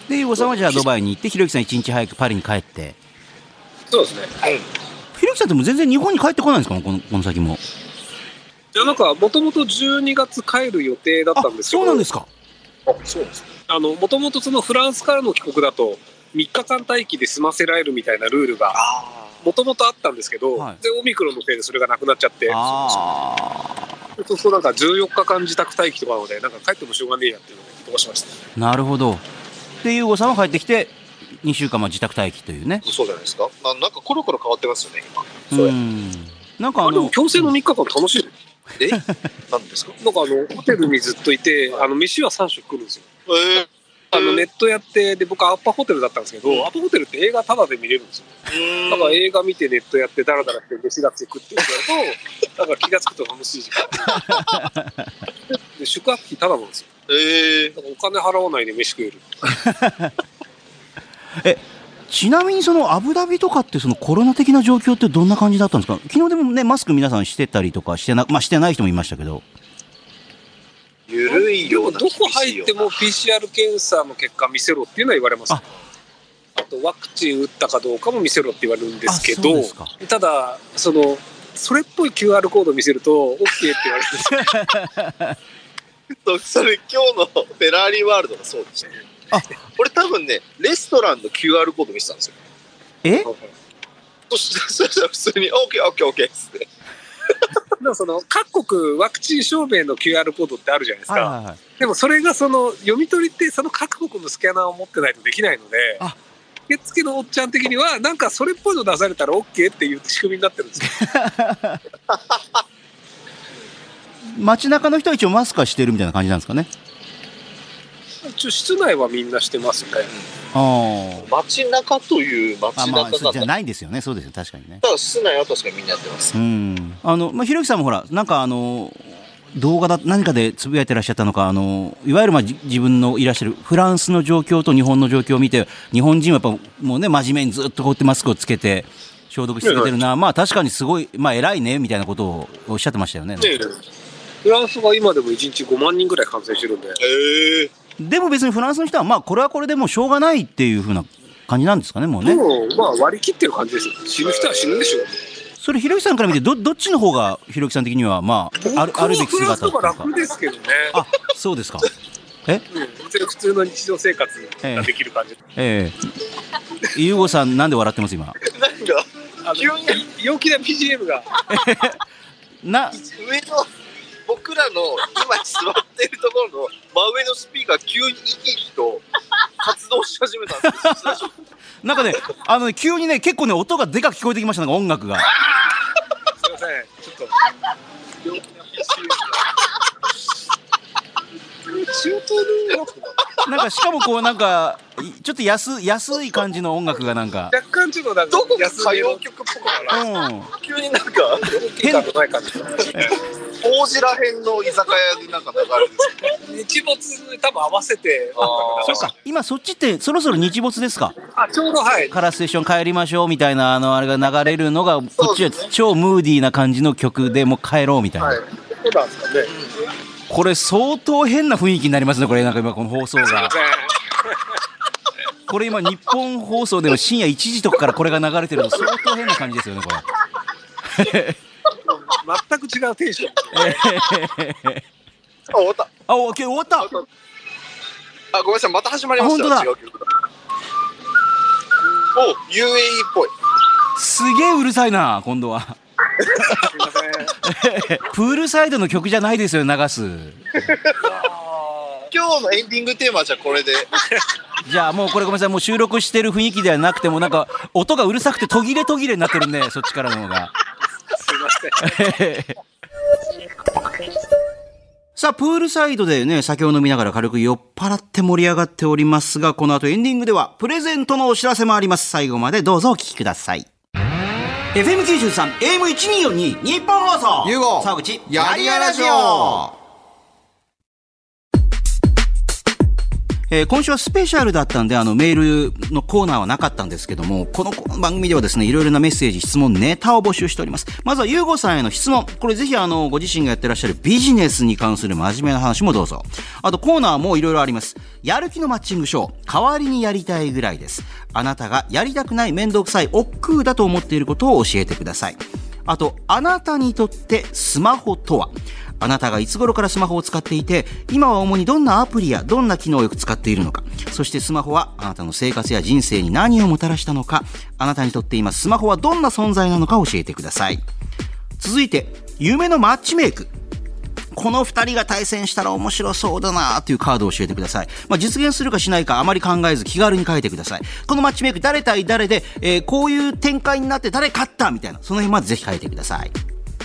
S1: で、ゆうごさんはじゃあドバイに行って、ひろゆきさん一日早くパリに帰って。
S3: そうですね。
S1: ひろゆきさんってもう全然日本に帰ってこないんですかこの、この先も。
S3: いやなんかもともと12月帰る予定だっ
S1: あ
S3: たん、ですけ
S1: そ
S3: ど
S1: うなんですか。
S2: あ、そうですね。
S3: あのもともとそのフランスからの帰国だと3日間待機で済ませられるみたいなルールが
S2: あ
S3: もともとあったんですけど、
S1: はい
S3: でオミクロンのせいでそれがなくなっちゃって
S1: あ
S3: そうするとなんか14日間自宅待機とかなのでなんか帰ってもしょうがねえやっていうので飛ばしました
S1: あ。なるほど。で、ゆうごさんは帰ってきて、 2週間まあ自宅待機というね。
S2: そうじゃないですか。まあ、なんかコロコロ変わってますよね、今。
S1: う。
S2: そうん
S1: なんかあ
S3: あでも
S1: の、
S3: 強制の3日間楽しいね
S2: えなんですか
S3: なんかあのホテルにずっといてあの飯は3食来るんですよ
S2: え
S3: あのネットやってで僕アッパホテルだったんですけど、アッパホテルって映画タダで見れるんですよ
S2: ー、
S3: だ
S2: なん
S3: か
S2: から
S3: 映画見てネットやってダラダラして飯だって食ってるとなんか気が付くと楽しい 時間で宿泊費タダなんですよ
S2: えー
S3: だからお金払わないで飯食える
S1: ちなみにそのアブダビとかってそのコロナ的な状況ってどんな感じだったんですか昨日でもね、マスク皆さんしてたりとかしてな、まあしてない人もいましたけど。
S2: ゆるい
S3: で
S2: よう
S3: も
S2: な
S3: どこ入っても PCR 検査の結果見せろっていうのは言われます
S1: あ
S3: あとワクチン打ったかどうかも見せろって言われるんですけ
S1: あそう
S3: ど
S1: ですか
S3: ただそのそれっぽい QR コード見せると OK って言われるんです よ
S2: そうそれ今日のフェラーリワールドがそうでしたね
S1: あ
S2: 俺多分ねレストランの QR コード見せたんですよ
S1: え
S2: そしたそしたら普通に OKOKOK っつって
S3: でもその各国ワクチン証明の QR コードってあるじゃないです
S1: はい
S3: か、
S1: はいはい。
S3: でもそれがその読み取りってその各国のスキャナーを持ってないとできないので
S1: あ
S3: 受付のおっちゃん的にはなんかそれっぽいの出されたら OK っていう仕組みになってるん ですよ
S1: 街中の人は一応マスクはしてるみたいな感じなんですかね。
S3: 一応室内はみんなしてますね
S1: あ
S2: 街中という
S1: あ。あ、
S2: 街中
S1: ま
S2: だ
S1: あ、
S2: った
S1: そうじゃ
S2: た
S1: ないですよね。そうですよ。確かにね。
S2: だ室内は確かにみんなやってます
S1: うん。あの、まあ、ひろゆきさんもほら、なんかあの、動画だ、何かでつぶやいてらっしゃったのか、あの、いわゆるまあじ自分のいらっしゃるフランスの状況と日本の状況を見て、日本人はやっぱもうね、真面目にずっとこうやってマスクをつけて、消毒し続けてるな、まあ確かにすごい、まあ偉いね、みたいなことをおっしゃってましたよね。
S3: フランスが今でも1日5万人ぐらい感染してるんで
S2: へえ
S1: でも別にフランスの人は、まあこれはこれでもうしょうがないっていうふうな感じなんですかね、もうね。
S3: もうまあ割り切ってる感じですよ死ぬ人は死ぬでしょう
S1: それひろゆきさんから見てどどっちの方がひろゆきさん的にはまあある
S3: 僕は
S1: あるべき
S3: フランス
S1: 姿
S3: と
S1: と
S3: か
S1: いう
S3: 楽ですけどね
S1: あそうですか
S3: うん別に普通の日常生活ができる感じ、
S1: ええゆうごさんなんで笑ってます今
S2: なんか
S3: あの
S2: 急に
S3: 陽気な BGM が
S1: な
S2: 上の僕らの今座ってるところの真上のスピーカー急に生き生きと活動し始めたんですよ最初
S1: なんかねあのね急にね結構ね音がでかく聞こえてきましたなんか音楽が
S3: すいませんちょっと
S2: 陽気な BGM が
S3: 中東の音楽が
S1: なんかしかもこうなんかいちょっと安安い感じの音楽がなんか、
S3: 若干ちょっとなんか
S2: どこが
S3: 安
S2: 歌
S3: めの
S2: 謡曲っぽくな ら
S1: うん、
S2: 急になんか
S3: 変化のない感じ
S2: 王子ら辺の居酒屋でなんか流れてる
S3: 日没に多分合わせて
S2: あー
S3: そうか
S1: 今そっちってそろそろ日没ですか
S3: あちょうどはい
S1: カラステーション帰りましょうみたいなあのあれが流れるのがこっちは
S2: そうですね
S1: 超ムーディーな感じの曲でもう帰ろうみたいな、
S3: はいそうなんですかね
S1: これ相当変な雰囲気になりますねこれなんか今この放送がこれ今日本放送でも深夜1時とかからこれが流れてるの相当変な感じですよねこ
S3: 全く違うテンション
S1: れ、えー、
S2: あ終わった
S1: あお今日終わった
S2: あごめんなさいまた始まりました
S1: あ本当だ
S2: 違う曲だお UAE っぽい
S1: すげえうるさいな今度は
S3: すいません
S1: プールサイドの曲じゃないですよ流す
S2: 今日のエンディングテーマはじゃあこれで
S1: じゃあもうこれごめんなさいもう収録してる雰囲気ではなくてもうなんか音がうるさくて途切れ途切れになってるんでそっちからの方が
S3: すいません
S1: さあ、プールサイドでね、酒を飲みながら軽く酔っ払って盛り上がっておりますが、この後エンディングでは、プレゼントのお知らせもあります。最後までどうぞお聞きください。FM93、AM1242、日本放送
S4: ゆうご
S1: 沢口、
S4: やりやラジオ
S1: えー今週はスペシャルだったんで、あの、メールのコーナーはなかったんですけども、この番組ではですね、いろいろなメッセージ、質問、ネタを募集しております。まずは、ゆうごさんへの質問。これぜひ、あの、ご自身がやってらっしゃるビジネスに関する真面目な話もどうぞ。あと、コーナーもいろいろあります。やる気のマッチングショー、代わりにやりたいぐらいです。あなたがやりたくない、めんどくさい、億劫だと思っていることを教えてください。あと、あなたにとってスマホとはあなたがいつ頃からスマホを使っていて、今は主にどんなアプリやどんな機能をよく使っているのか、そしてスマホはあなたの生活や人生に何をもたらしたのか、あなたにとって今スマホはどんな存在なのか教えてください。続いて、夢のマッチメイク。この2人が対戦したら面白そうだなというカードを教えてください。まあ、実現するかしないかあまり考えず気軽に書いてください。このマッチメイク誰対誰で、えーこういう展開になって誰勝ったみたいな、その辺までぜひ書いてください。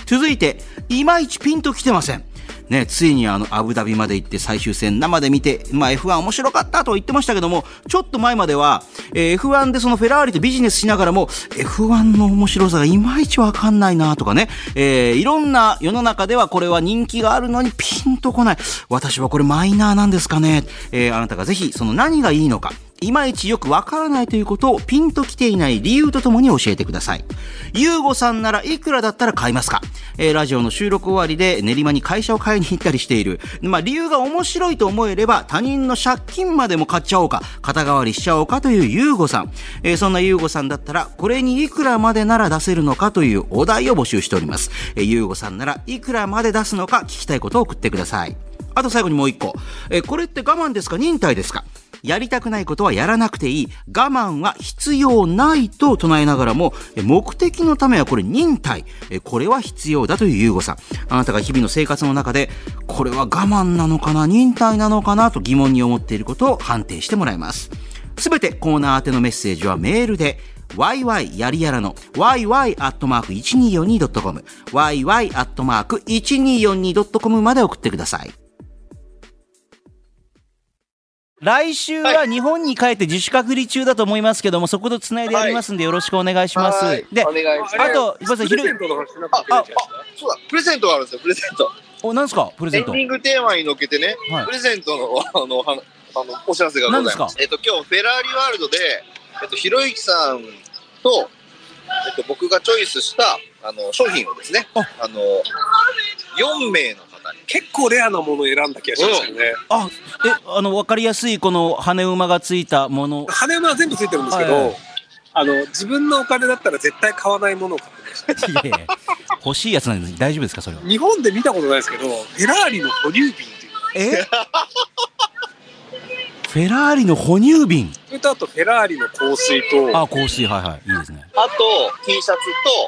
S1: 続いて、いまいちピンときてません。ね、ついにあのアブダビまで行って最終戦生で見て、まあ、F1 面白かったとは言ってましたけどもちょっと前までは、えー F1 でそのフェラーリとビジネスしながらも F1 の面白さがいまいちわかんないなとかね、えーいろんな世の中ではこれは人気があるのにピンとこない私はこれマイナーなんですかね、えーあなたがぜひその何がいいのかいまいちよくわからないということをピンときていない理由とともに教えてください。ゆうごさんならいくらだったら買いますかえーラジオの収録終わりで練馬に会社を買いに行ったりしている。まあ理由が面白いと思えれば他人の借金までも買っちゃおうか、肩代わりしちゃおうかというゆうごさん。えーそんなゆうごさんだったらこれにいくらまでなら出せるのかというお題を募集しております。えーゆうごさんならいくらまで出すのか聞きたいことを送ってください。あと最後にもう一個。えーこれって我慢ですか忍耐ですかやりたくないことはやらなくていい。我慢は必要ないと唱えながらも、え目的のためはこれ忍耐。えこれは必要だという優吾さん。あなたが日々の生活の中で、これは我慢なのかな忍耐なのかなと疑問に思っていることを判定してもらいます。すべてコーナー宛てのメッセージはメールで、yy やりやらの yy.1242.com yy.1242.com まで送ってください。来週は日本に帰って自主隔離中だと思いますけども、そことつないでやりますんでよろしくお願いします。
S2: はい
S1: で
S2: お、願いしま
S1: あ
S2: す。
S1: と、すいません、
S3: プレゼン
S1: 昼、
S3: トの話しなくていいんじゃない
S2: そうだ、プレゼントがあるんですよ、プレゼント。
S1: お、なんですかプレゼ
S2: エ
S1: ン
S2: ンデ
S1: ト。
S2: ィングテーマに乗っけてね、
S1: はい
S2: プレゼントの、あの、はあのお知らせがござい
S1: 何
S2: ま
S1: です
S2: す。えっと、今日、フェラーリワールドで、えっと、ひろゆきさんと、えっと、僕がチョイスした、あの、商品をですね、
S1: あ
S2: あの、4名の方に、
S3: 結構レアなものを選んだ気がしますけどね。
S1: あ、え、あの、わかりやすいこの羽馬がついたもの。
S3: 羽馬は全部ついてるんですけど、
S1: はいはい
S3: あの自分のお金だったら絶対買わないものを買ってました
S1: いやいや欲しいやつなんです。大丈夫ですかそれは。
S3: 日本で見たことないですけどフェラーリの哺乳瓶っていう
S1: え フェラーリの哺乳瓶。
S3: それとあとフェラーリの香水と
S1: あ、香水、はいはい。いいですね。
S2: あと、T シャツと、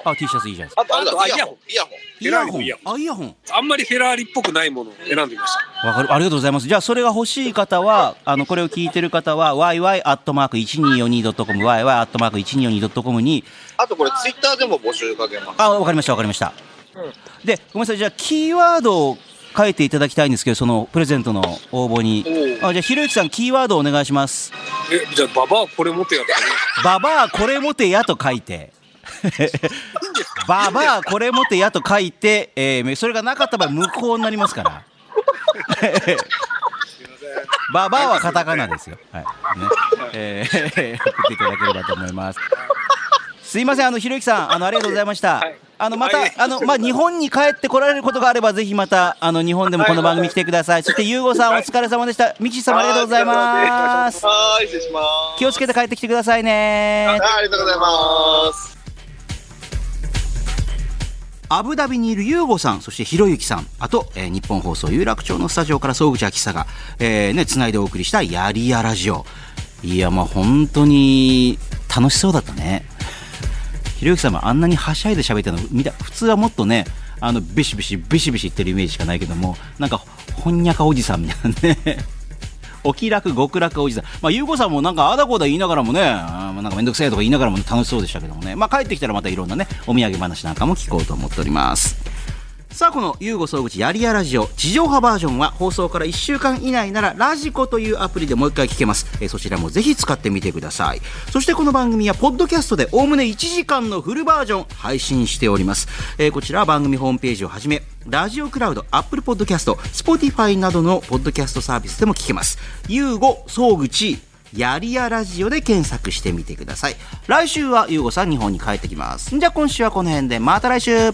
S1: あ、T シャツいいじゃないですか。
S2: あと、あれだ
S3: あと、
S2: イヤホン、イヤホン。
S1: イヤ
S3: フェラーリ
S1: ホ
S3: も
S1: ン
S3: イヤ。
S1: あ、イヤホン。
S3: あんまりフェラーリっぽくないものを選んでみました
S1: わかる。ありがとうございます。じゃあ、それが欲しい方は、あの、これを聞いてる方は、yy.1242.com、yy.1242.com に、
S2: あと、これ、ツイッターでも募集かけます。
S1: あ、わかりました、わかりました。で、ごめんなさい。じゃあ、キーワードを書いていただきたいんですけど、その、プレゼントの応募に。あじゃあ、ひろゆきさん、キーワードお願いします。
S3: えじゃあババアこれ持ってやったらい
S1: ババアこれ持てやと書い て。ババアこれ持てやと書いて、えーそれがなかった場合無効になりますから。ババアはカタカナですよ。はい。ね。えー送っていただければと思います。すいません、あの、ひろゆきさん、あの、ありがとうございました。あの、また、あの、まあ、日本に帰って来られることがあれば、ぜひまた、あの、日本でもこの番組来てください。そして、ゆうごさん、お疲れ様でした。ミキシさんもありがとうございます。
S2: はーい、失礼します。
S1: 気をつけて帰ってきてくださいね。
S2: はいありがとうございます。
S1: アブダビにいるユーゴさん、そしてひろゆきさん、あと、えー日本放送有楽町のスタジオから総口秋久が、えーね、つないでお送りしたやりやラジオ。いや、まあ本当に楽しそうだったね。ひろゆきさんもあんなにはしゃいで喋ってたの見た、普通はもっとね、あの、ビシビシ、ビシビシ言ってるイメージしかないけども、なんか、ほんにゃかおじさんみたいなね。 お気楽極楽おじさん、まあ、ゆうこさんもなんかあーだこーだ言いながらもねあーなんかめんどくせえとか言いながらも楽しそうでしたけどもね、まあ、帰ってきたらまたいろんなねお土産話なんかも聞こうと思っておりますさあこの「ゆうご総口やりやラジオ」地上波バージョンは放送から1週間以内なら「ラジコ」というアプリでもう一回聞けます、えーそちらもぜひ使ってみてくださいそしてこの番組はポッドキャストでおおむね1時間のフルバージョン配信しております、えーこちらは番組ホームページをはじめラジオクラウド、アップルポッドキャスト、スポティファイなどのポッドキャストサービスでも聞けます。ゆうご、総口、やりやラジオで検索してみてください。来週はゆうごさん日本に帰ってきます。じゃあ今週はこの辺で、また来週